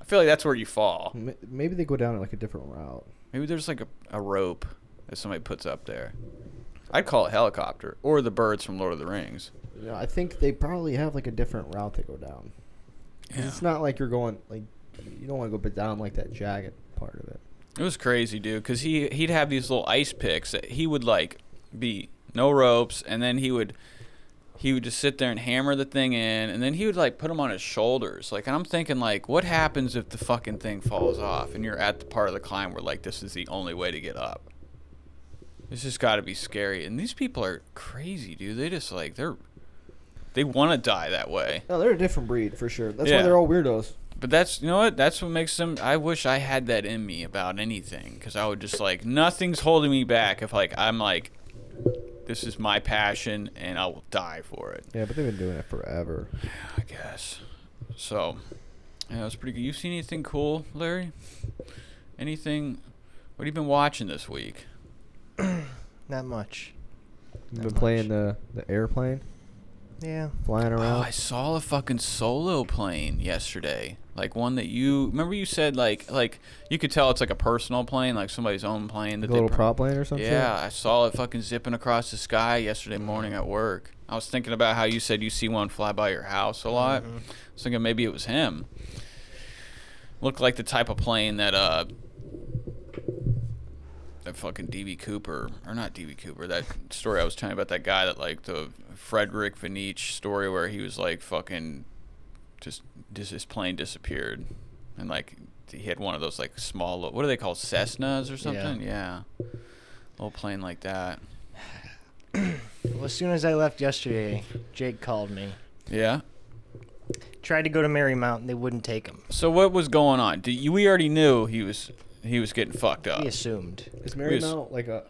Speaker 1: I feel like that's where you fall.
Speaker 3: M- Maybe they go down like a different route.
Speaker 1: Maybe there's like a, a rope that somebody puts up there. I'd call it helicopter or the birds from Lord of the Rings.
Speaker 3: No, I think they probably have like a different route they go down. 'Cause It's not like you're going like you don't want to go b- down like that jagged part of it.
Speaker 1: It was crazy, dude, because he he'd have these little ice picks that he would like be no ropes, and then he would he would just sit there and hammer the thing in, and then he would like put them on his shoulders. Like, and I'm thinking like, what happens if the fucking thing falls off and you're at the part of the climb where like this is the only way to get up? This has got to be scary, and these people are crazy, dude. They just like they're they want to die that way.
Speaker 3: No, they're a different breed for sure. That's
Speaker 1: Yeah.
Speaker 3: why they're all weirdos.
Speaker 1: But that's you know what that's what makes them. I wish I had that in me about anything because I would just like nothing's holding me back. If like I'm like, this is my passion and I will die for it.
Speaker 3: Yeah, but they've been doing it forever.
Speaker 1: I guess. So, Yeah, that was pretty good. You seen anything cool, Larry? Anything? What have you been watching this week?
Speaker 4: Not much.
Speaker 3: You've
Speaker 4: Not
Speaker 3: been
Speaker 4: much.
Speaker 3: playing the, the airplane,
Speaker 4: Yeah.
Speaker 3: flying
Speaker 1: Oh,
Speaker 3: around.
Speaker 1: I saw a fucking solo plane yesterday. Like one that you remember you said like like you could tell it's like a personal plane, like somebody's own plane. That
Speaker 3: like a
Speaker 1: they
Speaker 3: little
Speaker 1: pro-
Speaker 3: prop plane or something.
Speaker 1: Yeah, I saw it fucking zipping across the sky yesterday morning at work. I was thinking about how you said you see one fly by your house a lot. I was thinking maybe it was him. Looked like the type of plane that uh that fucking DB Cooper or not DB Cooper that story I was telling you about that guy that like the Frederick Vinich story where he was like fucking just, just his plane disappeared and like he had one of those like small what do they call Cessnas or something yeah, little plane like that
Speaker 4: Well, as soon as I left yesterday, Jake called me.
Speaker 1: yeah
Speaker 4: Tried to go to Marymount and they wouldn't take him.
Speaker 1: so what was going on Did you, we already knew he was he was getting fucked up
Speaker 4: He assumed.
Speaker 3: Is
Speaker 1: We just-
Speaker 3: Marymount like a?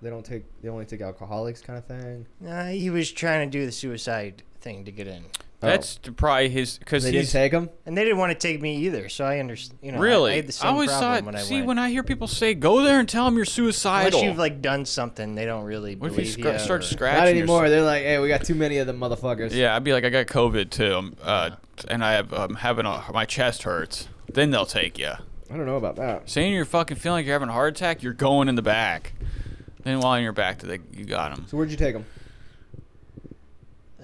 Speaker 3: They don't take. They only take alcoholics kind of thing.
Speaker 4: Uh, he was trying to do the suicide thing to get in.
Speaker 3: Oh.
Speaker 1: That's t- probably his because
Speaker 3: They
Speaker 1: he's
Speaker 3: didn't take them.
Speaker 4: And they didn't want to take me either, so I understand. You know, I-
Speaker 1: really.
Speaker 4: I, had the same
Speaker 1: always
Speaker 4: problem
Speaker 1: saw it.
Speaker 4: when I
Speaker 1: see,
Speaker 4: went.
Speaker 1: when I hear people say "go there and tell them you're suicidal,"
Speaker 4: Unless you've like done something, they don't really.
Speaker 1: what if you
Speaker 4: believe
Speaker 1: scr-
Speaker 4: you
Speaker 1: start
Speaker 4: or-
Speaker 1: scratching?
Speaker 3: Not
Speaker 1: your-
Speaker 3: anymore. They're like, hey, we got too many of them motherfuckers.
Speaker 1: Yeah, I'd be like, I got COVID too, um, uh, and I have um, having a, my chest hurts. Then they'll take you.
Speaker 3: I don't know about that.
Speaker 1: Saying you're fucking feeling like you're having a heart attack, you're going in the back. Then while in your back, they, you got him.
Speaker 3: So where'd you take them?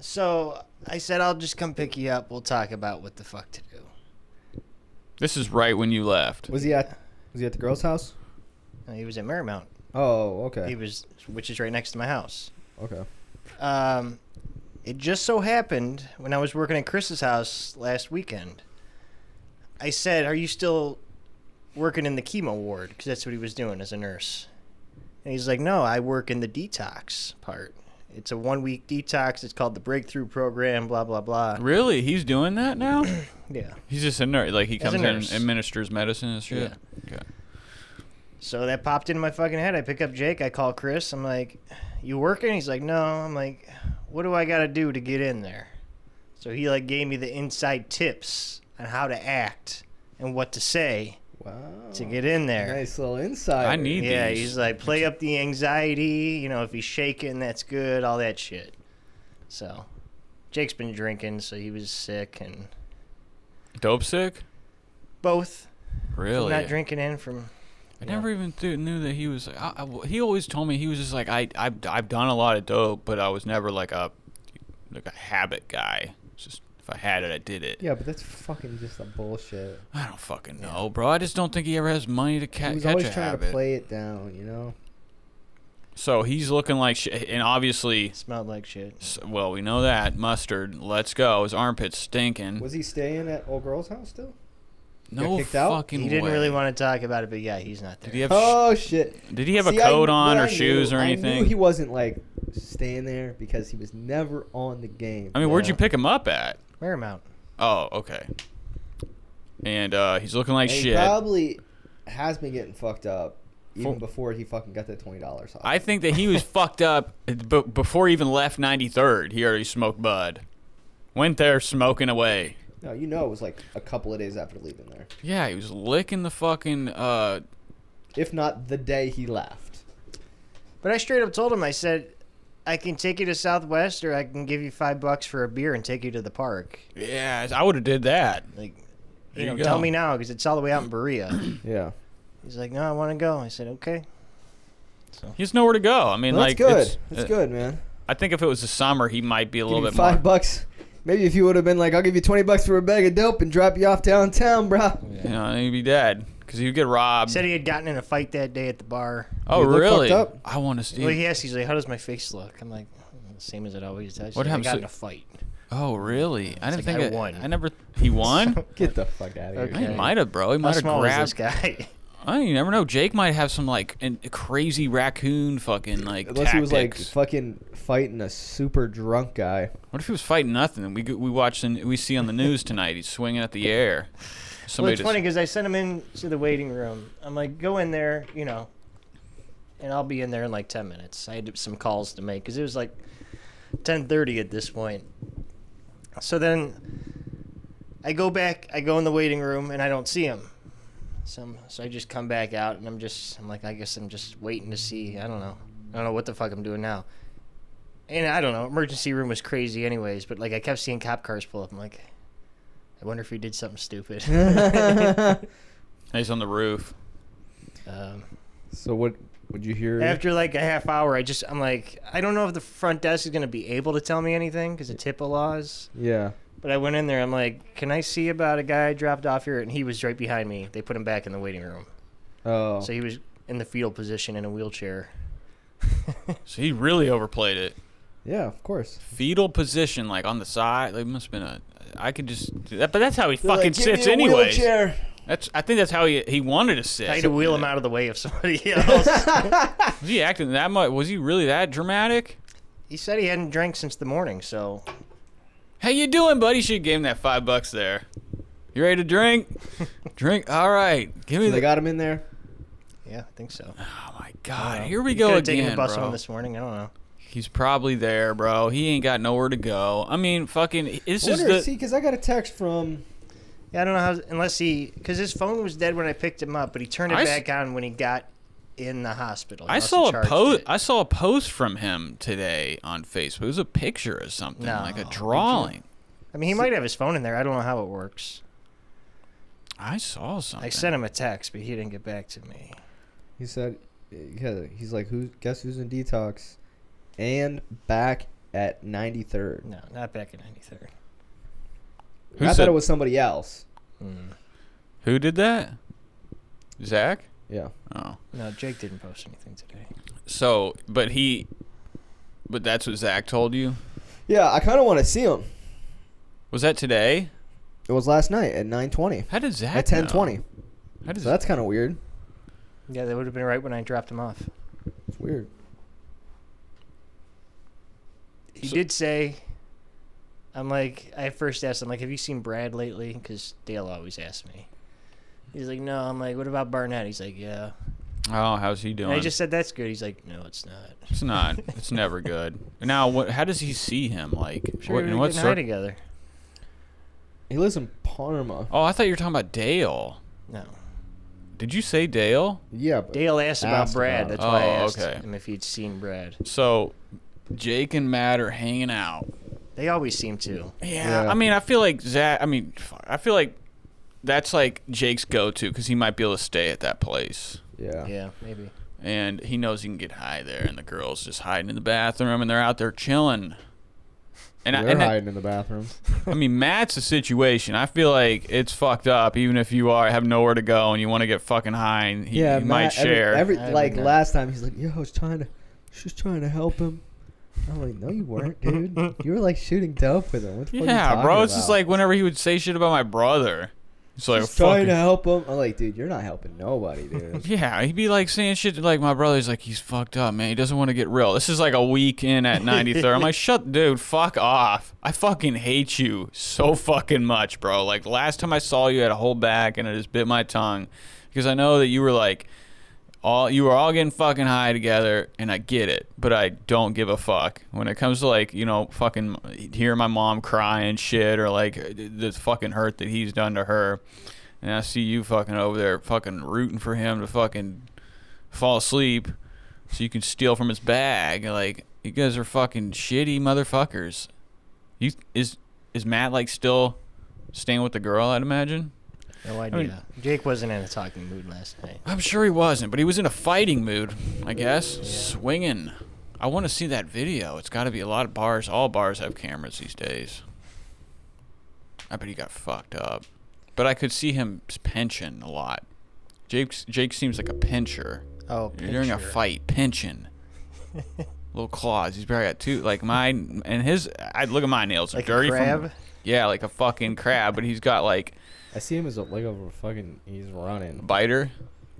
Speaker 4: So I said, I'll just come pick you up. We'll talk about what the fuck to do.
Speaker 1: This is right when you left.
Speaker 3: Was he at? Was he at the girl's house?
Speaker 4: And Uh, he was at Marymount.
Speaker 3: Oh,
Speaker 4: He
Speaker 3: okay.
Speaker 4: was, which is right next to my house.
Speaker 3: Okay.
Speaker 4: Um, it just so happened when I was working at Chris's house last weekend. I said, "Are you still working in the chemo ward?" Because that's what he was doing as a nurse. And he's like, "No, I work in the detox part. It's a one-week detox. It's called the Breakthrough Program. Blah blah blah."
Speaker 1: Really? He's doing that
Speaker 3: [coughs]
Speaker 1: now?
Speaker 4: Yeah.
Speaker 1: He's just a nurse. Like he
Speaker 4: As a
Speaker 1: comes in and
Speaker 4: nurse.
Speaker 1: administers medicine and shit. Okay.
Speaker 4: So that popped into my fucking head. I pick up Jake. I call Chris. I'm like, "You working?" He's like, "No." I'm like, "What do I got to do to get in there?" So he like gave me the inside tips on how to act and what to say
Speaker 3: Wow.
Speaker 4: to get in there.
Speaker 3: Nice little insight.
Speaker 1: I need
Speaker 4: Yeah,
Speaker 1: these.
Speaker 4: he's like, "Play up the anxiety. You know, if he's shaking, that's good. All that shit." So Jake's been drinking, so he was sick and
Speaker 1: Dope sick?
Speaker 4: both from
Speaker 1: Really?
Speaker 4: not drinking and from
Speaker 1: I
Speaker 4: yeah.
Speaker 1: never even th- knew that he was. I, I w he always told me he was just like I. I've, I've done a lot of dope, but I was never like a like a habit guy. It's just if I had it, I did it.
Speaker 3: Yeah, but that's fucking just the bullshit.
Speaker 1: I don't fucking know, bro. I just don't think he ever has money to ca-
Speaker 3: he was
Speaker 1: catch a
Speaker 3: always trying
Speaker 1: habit.
Speaker 3: to play it down, you know.
Speaker 1: So he's looking like shit, and obviously,
Speaker 4: smelled like shit.
Speaker 1: s- well, we know that mustard. Let's go. His armpit's stinking.
Speaker 3: Was he staying at old girl's house still?
Speaker 1: no
Speaker 3: kicked out?
Speaker 1: fucking
Speaker 4: He didn't
Speaker 1: way.
Speaker 4: really want to talk about it, but yeah, he's not there.
Speaker 1: Did he have? sh-
Speaker 3: Oh shit!
Speaker 1: did he have a
Speaker 3: See, I-
Speaker 1: coat
Speaker 3: what
Speaker 1: on
Speaker 3: I
Speaker 1: or
Speaker 3: knew-
Speaker 1: shoes or
Speaker 3: I knew
Speaker 1: anything?
Speaker 3: he wasn't like staying there because he was never on the game.
Speaker 1: I mean, where'd
Speaker 4: Yeah.
Speaker 1: you pick him up at?
Speaker 4: Marymount.
Speaker 1: Oh, okay. And uh, he's looking like
Speaker 3: And He
Speaker 1: shit.
Speaker 3: probably has been getting fucked up even
Speaker 1: For-
Speaker 3: before he fucking got that twenty dollars off.
Speaker 1: I think that he
Speaker 3: [laughs]
Speaker 1: was fucked up b- before he even left 93rd. He already smoked bud. Went there smoking away.
Speaker 3: no, you know, it was like a couple of days after leaving there,
Speaker 1: Yeah, he was licking the fucking. Uh,
Speaker 3: if not the day he left.
Speaker 4: But I straight up told him, I said, I can take you to Southwest or I can give you five bucks for a beer and take you to the park.
Speaker 1: yeah, I would have did that.
Speaker 4: Like,
Speaker 1: There
Speaker 4: you know,
Speaker 1: you
Speaker 4: tell
Speaker 1: go.
Speaker 4: me now because it's all the way out in Berea.
Speaker 3: Yeah,
Speaker 4: He's like, no, I want to go. I said, okay.
Speaker 1: He has nowhere to go. I mean,
Speaker 3: well,
Speaker 1: like,
Speaker 3: that's
Speaker 1: it's-
Speaker 3: good. That's
Speaker 1: uh,
Speaker 3: good, man.
Speaker 1: I think if it was the summer, he might be a
Speaker 3: Give
Speaker 1: little
Speaker 3: you
Speaker 1: bit
Speaker 3: five
Speaker 1: more.
Speaker 3: bucks. Maybe if you would have been like, I'll give you twenty bucks for a bag of dope and drop you off downtown, bro.
Speaker 1: You know, he'd be dead because he'd get robbed.
Speaker 4: Said he had gotten in a fight that day at the bar.
Speaker 1: oh,
Speaker 3: he looked
Speaker 1: really?
Speaker 3: fucked up.
Speaker 1: I want to see.
Speaker 4: Well, he asked, he's like, how does my face look? I'm like, same as it always does. He's
Speaker 1: What
Speaker 4: like,
Speaker 1: happened?
Speaker 4: I
Speaker 1: So-
Speaker 4: got in a fight.
Speaker 1: Oh, really? I didn't
Speaker 4: like,
Speaker 1: think
Speaker 4: I won.
Speaker 1: I never. He
Speaker 4: [laughs]
Speaker 1: won.
Speaker 3: Get the fuck out of here.
Speaker 1: He
Speaker 4: Okay.
Speaker 1: might have, bro. He
Speaker 4: How
Speaker 1: might have
Speaker 4: small is this
Speaker 1: grabbed.
Speaker 4: guy?
Speaker 1: I don't, you never know. Jake might have some like an, crazy raccoon fucking like
Speaker 3: Unless he was like
Speaker 1: tactics.
Speaker 3: fucking fighting a super drunk guy.
Speaker 1: what if he was fighting nothing? And we go- we watch and we see on the news tonight he's swinging at the air.
Speaker 4: well,
Speaker 1: Somebody
Speaker 4: it's funny because I sent him into the waiting room. I'm like, go in there, you know, and I'll be in there in like 10 minutes. I had some calls to make because it was like 10:30 at this point. So then I go back, I go in the waiting room, and I don't see him. So, I'm- so I just come back out, and I'm just, I'm like, I guess I'm just waiting to see. I don't know. I don't know what the fuck I'm doing now. And I don't know. Emergency room was crazy, anyways. But like, I kept seeing cop cars pull up. I'm like, I wonder if he did something stupid. [laughs]
Speaker 1: He's on the roof.
Speaker 4: um,
Speaker 3: so what would you hear?
Speaker 4: after like a half hour, I just, I'm like, I don't know if the front desk is gonna be able to tell me anything because of HIPAA laws.
Speaker 3: yeah.
Speaker 4: But I went in there. I'm like, "Can I see about a guy I dropped off here?" And he was right behind me. They put him back in the waiting room,
Speaker 3: Oh.
Speaker 4: so he was in the fetal position in
Speaker 1: [laughs]
Speaker 4: a wheelchair.
Speaker 1: So he really overplayed it.
Speaker 3: yeah, of course.
Speaker 1: Fetal position, like on the side. Like must have been a. I could just. do that, but that's how he fucking sits, anyways. That's. I think that's how he he wanted to sit.
Speaker 4: I had to wheel him out of the way of somebody [laughs] else.
Speaker 1: Was he acting that much? Was he really that dramatic?
Speaker 4: he said he hadn't drank since the morning, so
Speaker 1: How you doing, buddy? Should have gave him that five bucks there. You ready to
Speaker 4: [laughs]
Speaker 1: drink? drink. All right. Give me
Speaker 3: So they
Speaker 1: the.
Speaker 3: got him in there.
Speaker 4: yeah, I think so.
Speaker 1: oh my god.
Speaker 4: Wow.
Speaker 1: Here we
Speaker 4: He
Speaker 1: go
Speaker 4: could've
Speaker 1: again,
Speaker 4: Taken the bus
Speaker 1: bro.
Speaker 4: home this morning. I don't know.
Speaker 1: He's probably there, bro. He ain't got nowhere to go. I mean, fucking. This
Speaker 3: I
Speaker 1: is
Speaker 3: wonder,
Speaker 1: the.
Speaker 3: see, because I got a text from.
Speaker 4: Yeah, I don't know how unless he because his phone was dead when I picked him up, but he turned it
Speaker 1: I s-
Speaker 4: back on when he got in the hospital. He
Speaker 1: I
Speaker 4: must have
Speaker 1: saw a
Speaker 4: charged
Speaker 1: post.
Speaker 4: it.
Speaker 1: I saw a post from him today on Facebook. It was a picture of something,
Speaker 4: No,
Speaker 1: like a
Speaker 4: did you?
Speaker 1: drawing.
Speaker 4: I mean, he might have his phone in there. I don't know how it works.
Speaker 1: I saw something.
Speaker 4: I sent him a text, but he didn't get back to me.
Speaker 3: He said, yeah, he's like, who? Guess who's in detox? And back at 93rd.
Speaker 4: No, not back in '93.
Speaker 1: Who
Speaker 3: I
Speaker 1: said-
Speaker 3: thought it was somebody else.
Speaker 4: Hmm.
Speaker 1: Who did that? Zach.
Speaker 3: Yeah.
Speaker 1: Oh.
Speaker 4: No, Jake didn't post anything today.
Speaker 1: So, but he. But that's what Zach told you.
Speaker 3: Yeah, I kind of want to see him.
Speaker 1: Was that today?
Speaker 3: It was last night at 9:20.
Speaker 1: How did Zach?
Speaker 3: At
Speaker 1: know?
Speaker 3: 10:20.
Speaker 1: How does
Speaker 3: So that's kind of weird.
Speaker 4: Yeah, that would have been right when I dropped him off.
Speaker 3: It's weird.
Speaker 4: He
Speaker 1: So-
Speaker 4: did say, "I'm like." I first asked him, "Like, have you seen Brad lately?" Because Dale always asks me. He's like, "No." I'm like, "What about Barnett?" He's like, "Yeah."
Speaker 1: Oh, how's he
Speaker 4: And
Speaker 1: doing?
Speaker 4: I just said, "That's good." He's like, "No, it's not."
Speaker 1: It's not. It's never
Speaker 4: [laughs]
Speaker 1: good. Now, what? How does he see him? Like,
Speaker 4: Sure,
Speaker 1: what,
Speaker 4: we
Speaker 1: in
Speaker 4: were
Speaker 1: what
Speaker 4: getting high
Speaker 1: sort?
Speaker 4: together.
Speaker 3: He lives in Parma.
Speaker 1: Oh, I thought you were talking about Dale.
Speaker 4: No,
Speaker 1: Did you say Dale?
Speaker 3: Yeah, but
Speaker 4: Dale asked about
Speaker 3: Asked
Speaker 4: Brad.
Speaker 3: about it.
Speaker 4: That's why I
Speaker 1: Oh,
Speaker 4: asked
Speaker 1: okay.
Speaker 4: him if he'd seen Brad.
Speaker 1: So, Jake and Matt are hanging out.
Speaker 4: They always seem to.
Speaker 1: Yeah,
Speaker 3: Yeah.
Speaker 1: I mean, I feel like Zach. I mean, fuck, I feel like that's like Jake's go-to because he might be able to stay at that place,
Speaker 3: yeah.
Speaker 4: Yeah, maybe.
Speaker 1: and he knows he can get high there. And the girls just hiding in the bathroom, and they're out there chilling. And I,
Speaker 3: They're
Speaker 1: and I-
Speaker 3: hiding in
Speaker 1: [laughs]
Speaker 3: the bathroom.
Speaker 1: I mean, Matt's a situation. I feel like it's fucked up, even if you are have nowhere to go and you want to get fucking high. And he,
Speaker 3: yeah,
Speaker 1: he might
Speaker 3: Matt, every-
Speaker 1: share.
Speaker 3: Every,
Speaker 4: I
Speaker 3: like
Speaker 4: remember.
Speaker 3: last time, he's like, "Yo, I was trying to, just trying to help him." I'm like, "No, you weren't,
Speaker 1: [laughs]
Speaker 3: dude. You were like shooting dope with him." What the fuck are you
Speaker 1: yeah,
Speaker 3: talking
Speaker 1: bro. It's just
Speaker 3: about?
Speaker 1: like whenever he would say shit about my brother. It's like
Speaker 3: just trying to
Speaker 1: fucking-
Speaker 3: help him. I'm like, dude, you're not helping nobody,
Speaker 1: [laughs]
Speaker 3: dude.
Speaker 1: Yeah, he'd be like saying shit to, like my brother's like he's fucked up, man. He doesn't want to get real. This is like a week in at 93rd. I'm like, shut, dude, fuck off. I fucking hate you so fucking much, bro. Like last time I saw you, I had a whole back and it just bit my tongue because I know that you were like all you were all getting fucking high together, and I get it, but I don't give a fuck when it comes to like you know fucking hearing my mom cry and shit or like the fucking hurt that he's done to her. And I see you fucking over there fucking rooting for him to fucking fall asleep so you can steal from his bag. Like you guys are fucking shitty motherfuckers. You is is Matt like still staying with the girl? I'd imagine.
Speaker 4: No idea.
Speaker 1: mean-
Speaker 4: Jake wasn't in a talking mood last
Speaker 1: [laughs]
Speaker 4: night.
Speaker 1: I'm sure he wasn't, but he was in a fighting mood, I guess. Swinging. I want to see that video. It's got to be a lot of bars. All bars have cameras these days. I bet he got fucked up. But I could see him s- pinching a lot. Jake's, Jake seems like a pincher.
Speaker 4: Oh,
Speaker 1: You're during a
Speaker 4: picture.
Speaker 1: fight, pinching. Little claws. He's probably got two. Like mine and his. I look at my nails. They're
Speaker 4: Like a
Speaker 1: dirty from.
Speaker 4: crab?
Speaker 1: Yeah, like a fucking crab. But he's got like
Speaker 3: I see him as a, like a fucking. He's running,
Speaker 1: biter.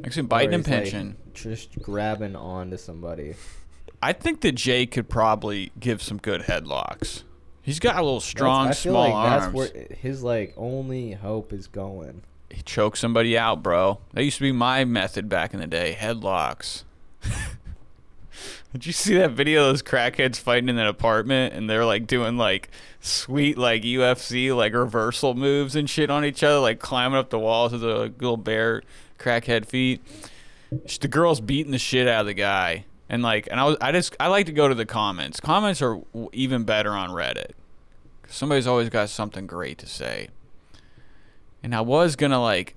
Speaker 1: I see him biting
Speaker 3: Or
Speaker 1: and
Speaker 3: he's, like,
Speaker 1: pinching.
Speaker 3: just grabbing onto somebody.
Speaker 1: I think that Jay could probably give some good headlocks. He's got a little strong,
Speaker 3: That's- I feel
Speaker 1: small
Speaker 3: like
Speaker 1: arms.
Speaker 3: That's where his like only hope is going.
Speaker 1: He chokes somebody out, bro. That used to be my method back in the day. Headlocks. [laughs] Did you see that video of those crackheads fighting in an apartment and they're like doing like sweet like UFC like reversal moves and shit on each other, like climbing up the walls with the like, little bare crackhead feet? Sh- The girl's beating the shit out of the guy. And like, and I was, I just, I like to go to the comments. Comments are w- even better on Reddit. 'Cause Somebody's always got something great to say. And I was gonna like,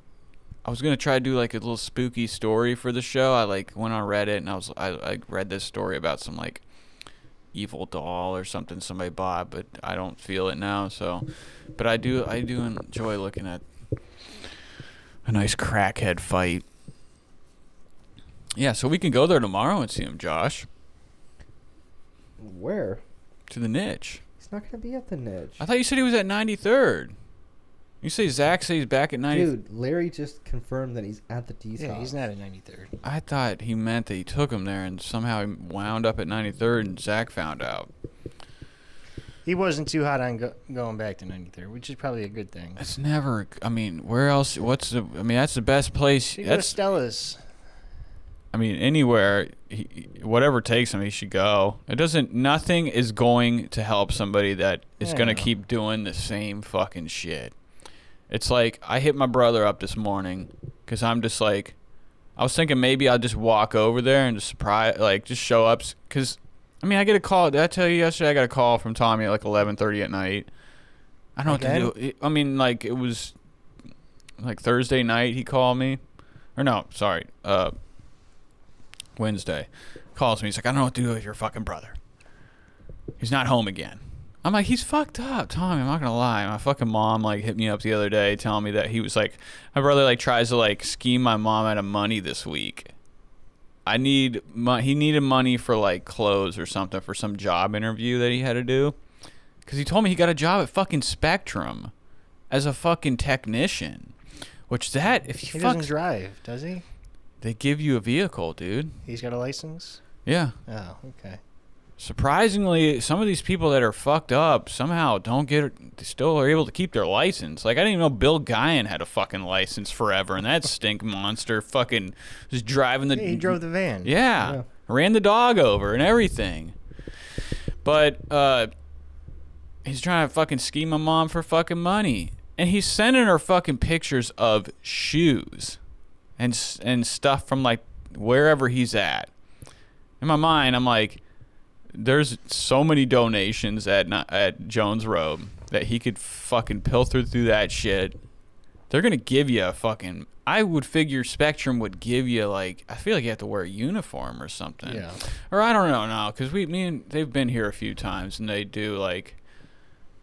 Speaker 1: I was gonna try to do like a little spooky story for the show. I like went on Reddit and I was I, I read this story about some like evil doll or something somebody bought, but I don't feel it now. So, but I do I do enjoy looking at a nice crackhead fight. Yeah, so we can go there tomorrow and see him, Josh,
Speaker 3: Where?
Speaker 1: to the niche.
Speaker 3: He's not gonna be at the niche.
Speaker 1: I thought you said he was at 93rd. You say Zach says he's back at 90.
Speaker 3: Dude, Larry just confirmed that he's at the D.
Speaker 4: Yeah, he's not a 93rd.
Speaker 1: I thought he meant that he took him there and somehow he wound up at 93rd and Zach found out.
Speaker 4: He wasn't too hot on go- going back to 93rd, which is probably a good thing.
Speaker 1: That's never. I mean, where else? What's the? I mean, that's the best place.
Speaker 4: She
Speaker 1: That's.
Speaker 4: Stella's.
Speaker 1: I mean, anywhere, he, whatever takes him, he should go. It doesn't. Nothing is going to help somebody that is
Speaker 4: Yeah.
Speaker 1: going to keep doing the same fucking shit. It's like I hit my brother up this morning because I'm just like, I was thinking maybe I'll just walk over there and just surprise, like, just show up. Because, I mean, I get a call. Did I tell you yesterday? I got a call from Tommy at like 11:30 at night. I don't know
Speaker 4: Again?
Speaker 1: what to do. It- I mean, like it was like Thursday night. He called me, or no, sorry, uh, Wednesday. Calls me. He's like, I don't know what to do with your fucking brother. He's not home again. I'm like, he's fucked up, Tommy. I'm not gonna lie. My fucking mom like hit me up the other day, telling me that he was like, my brother like tries to like scheme my mom out of money this week. I need mo- he needed money for like clothes or something for some job interview that he had to do. Cause he told me he got a job at fucking Spectrum as a fucking technician, which that if
Speaker 4: He
Speaker 1: you
Speaker 4: doesn't
Speaker 1: fuck,
Speaker 4: drive, does he?
Speaker 1: they give you a vehicle, dude.
Speaker 4: He's got a license?
Speaker 1: Yeah.
Speaker 4: Oh, okay.
Speaker 1: surprisingly, some of these people that are fucked up somehow don't get, they still are able to keep their license. Like I didn't even know Bill Guyan had a fucking license forever, and that stink monster fucking was driving the.
Speaker 4: Yeah, he drove the van.
Speaker 1: Yeah,
Speaker 3: Yeah.
Speaker 1: ran the dog over and everything. But uh, he's trying to fucking scheme my mom for fucking money, and he's sending her fucking pictures of shoes and s- and stuff from like wherever he's at. In my mind, I'm like, there's so many donations at Ni- at Jones Road that he could fucking pilfer through that shit. They're gonna give you a fucking. I would figure Spectrum would give you like. I feel like you have to wear a uniform or something.
Speaker 4: Yeah.
Speaker 1: Or I don't know now because we, me and they've been here a few times and they do like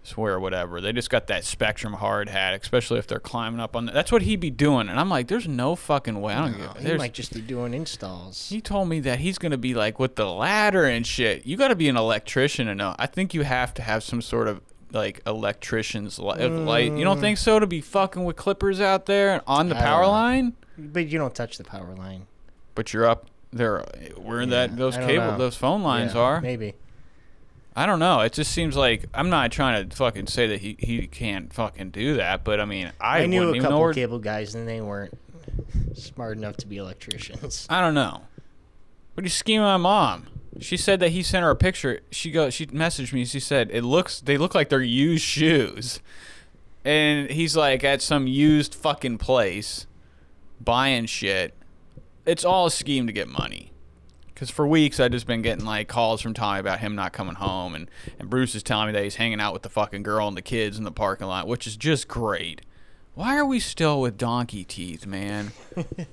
Speaker 1: swear whatever. They just got that Spectrum hard hat, especially if they're climbing up on. The, that's what he'd be doing, and I'm like, there's no fucking way. I don't
Speaker 4: No,
Speaker 1: give.
Speaker 4: he
Speaker 1: there's-
Speaker 4: might just be doing installs.
Speaker 1: he told me that he's gonna be like with the ladder and shit. You gotta be an electrician to know. I think you have to have some sort of like electrician's li- light. You don't think so to be fucking with clippers out there and on the
Speaker 4: I don't
Speaker 1: power
Speaker 4: know.
Speaker 1: line?
Speaker 4: But you don't touch the power line.
Speaker 1: But you're up there where that
Speaker 4: Yeah,
Speaker 1: those
Speaker 4: I don't
Speaker 1: cable
Speaker 4: know.
Speaker 1: those phone lines
Speaker 4: Yeah,
Speaker 1: are.
Speaker 4: Maybe.
Speaker 1: I don't know. It just seems like I'm not trying to fucking say that he, he can't fucking do that, but I mean I,
Speaker 4: I, knew
Speaker 1: wouldn't
Speaker 4: a
Speaker 1: even know
Speaker 4: couple
Speaker 1: where-
Speaker 4: cable guys and they weren't [laughs] smart enough to be electricians.
Speaker 1: I don't know. But he's scheming my mom. She said that he sent her a picture. She go. She messaged me. She said it looks. They look like they're used shoes. And he's like at some used fucking place, buying shit. It's all a scheme to get money. Cause for weeks I've just been getting like calls from Tommy about him not coming home, and and Bruce is telling me that he's hanging out with the fucking girl and the kids in the parking lot, which is just great. Why are we still with donkey teeth, man?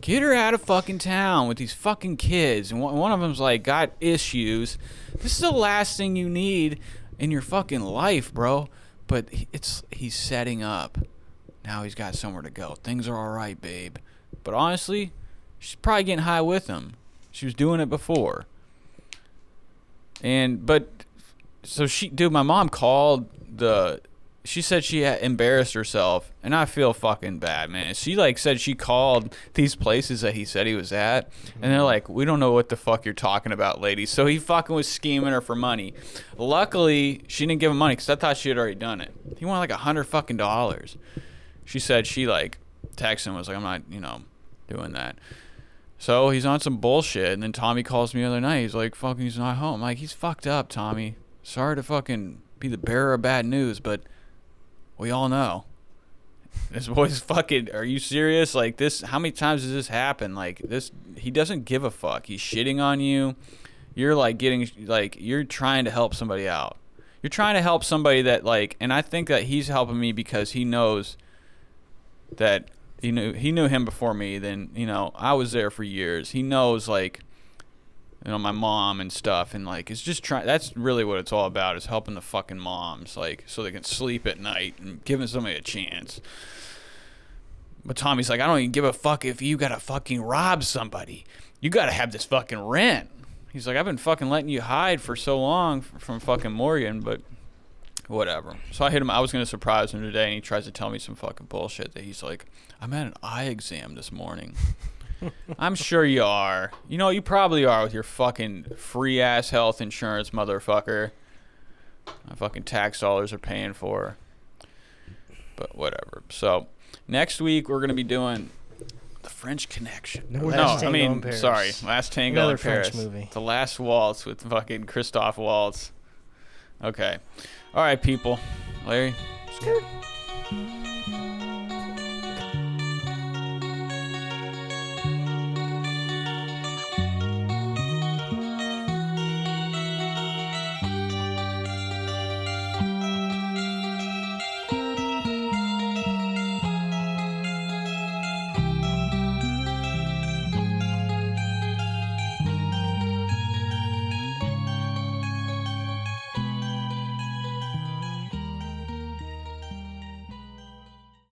Speaker 1: Get her out of fucking town with these fucking kids. And one one of them's like got issues. This is the last thing you need in your fucking life, bro. But he- it's he's setting up. Now he's got somewhere to go. Things are all right, babe. But honestly, she's probably getting high with him. She was doing it before. And but so she dude my mom called the she said she had embarrassed herself and i feel fucking bad man she like said she called these places that he said he was at and they're like we don't know what the fuck you're talking about lady so he fucking was scheming her for money luckily she didn't give him money because i thought she had already done it he wanted like a hundred fucking dollars she said she like texted him was like i'm not you know doing that So he's on some bullshit, and then Tommy calls me the other night. He's like, "Fucking, he's not home." like, he's fucked up, Tommy. Sorry to fucking be the bearer of bad news, but we all know this boy's [laughs] fucking. Are you serious? Like this? How many times does this happen? Like this? He doesn't give a fuck. He's shitting on you. You're like getting like you're trying to help somebody out. You're trying to help somebody that like, and I think that he's helping me because he knows that he knew he knew him before me. Then you know I was there for years. He knows like you know my mom and stuff, and like it's just trying. That's really what it's all about is helping the fucking moms like so they can sleep at night and giving somebody a chance. But Tommy's like, I don't even give a fuck if you gotta fucking rob somebody. You gotta have this fucking rent. He's like, I've been fucking letting you hide for so long f- from fucking Morgan, but whatever. So I hit him. I was gonna surprise him today, and he tries to tell me some fucking bullshit that he's like, I'm at an eye exam this
Speaker 4: [laughs]
Speaker 1: morning. I'm sure you are. You know, you probably are with your fucking free ass health insurance, motherfucker. My fucking tax dollars are paying for. But whatever. So next week we're gonna be doing the French Connection.
Speaker 3: No,
Speaker 1: no,
Speaker 3: we're
Speaker 1: I
Speaker 4: Last Tango in
Speaker 1: mean
Speaker 4: Paris.
Speaker 1: sorry, Last Tango
Speaker 4: Another
Speaker 1: in
Speaker 4: French
Speaker 1: Paris.
Speaker 4: movie.
Speaker 1: The Last Waltz with fucking Christoph Waltz. Okay. All right, people. Larry.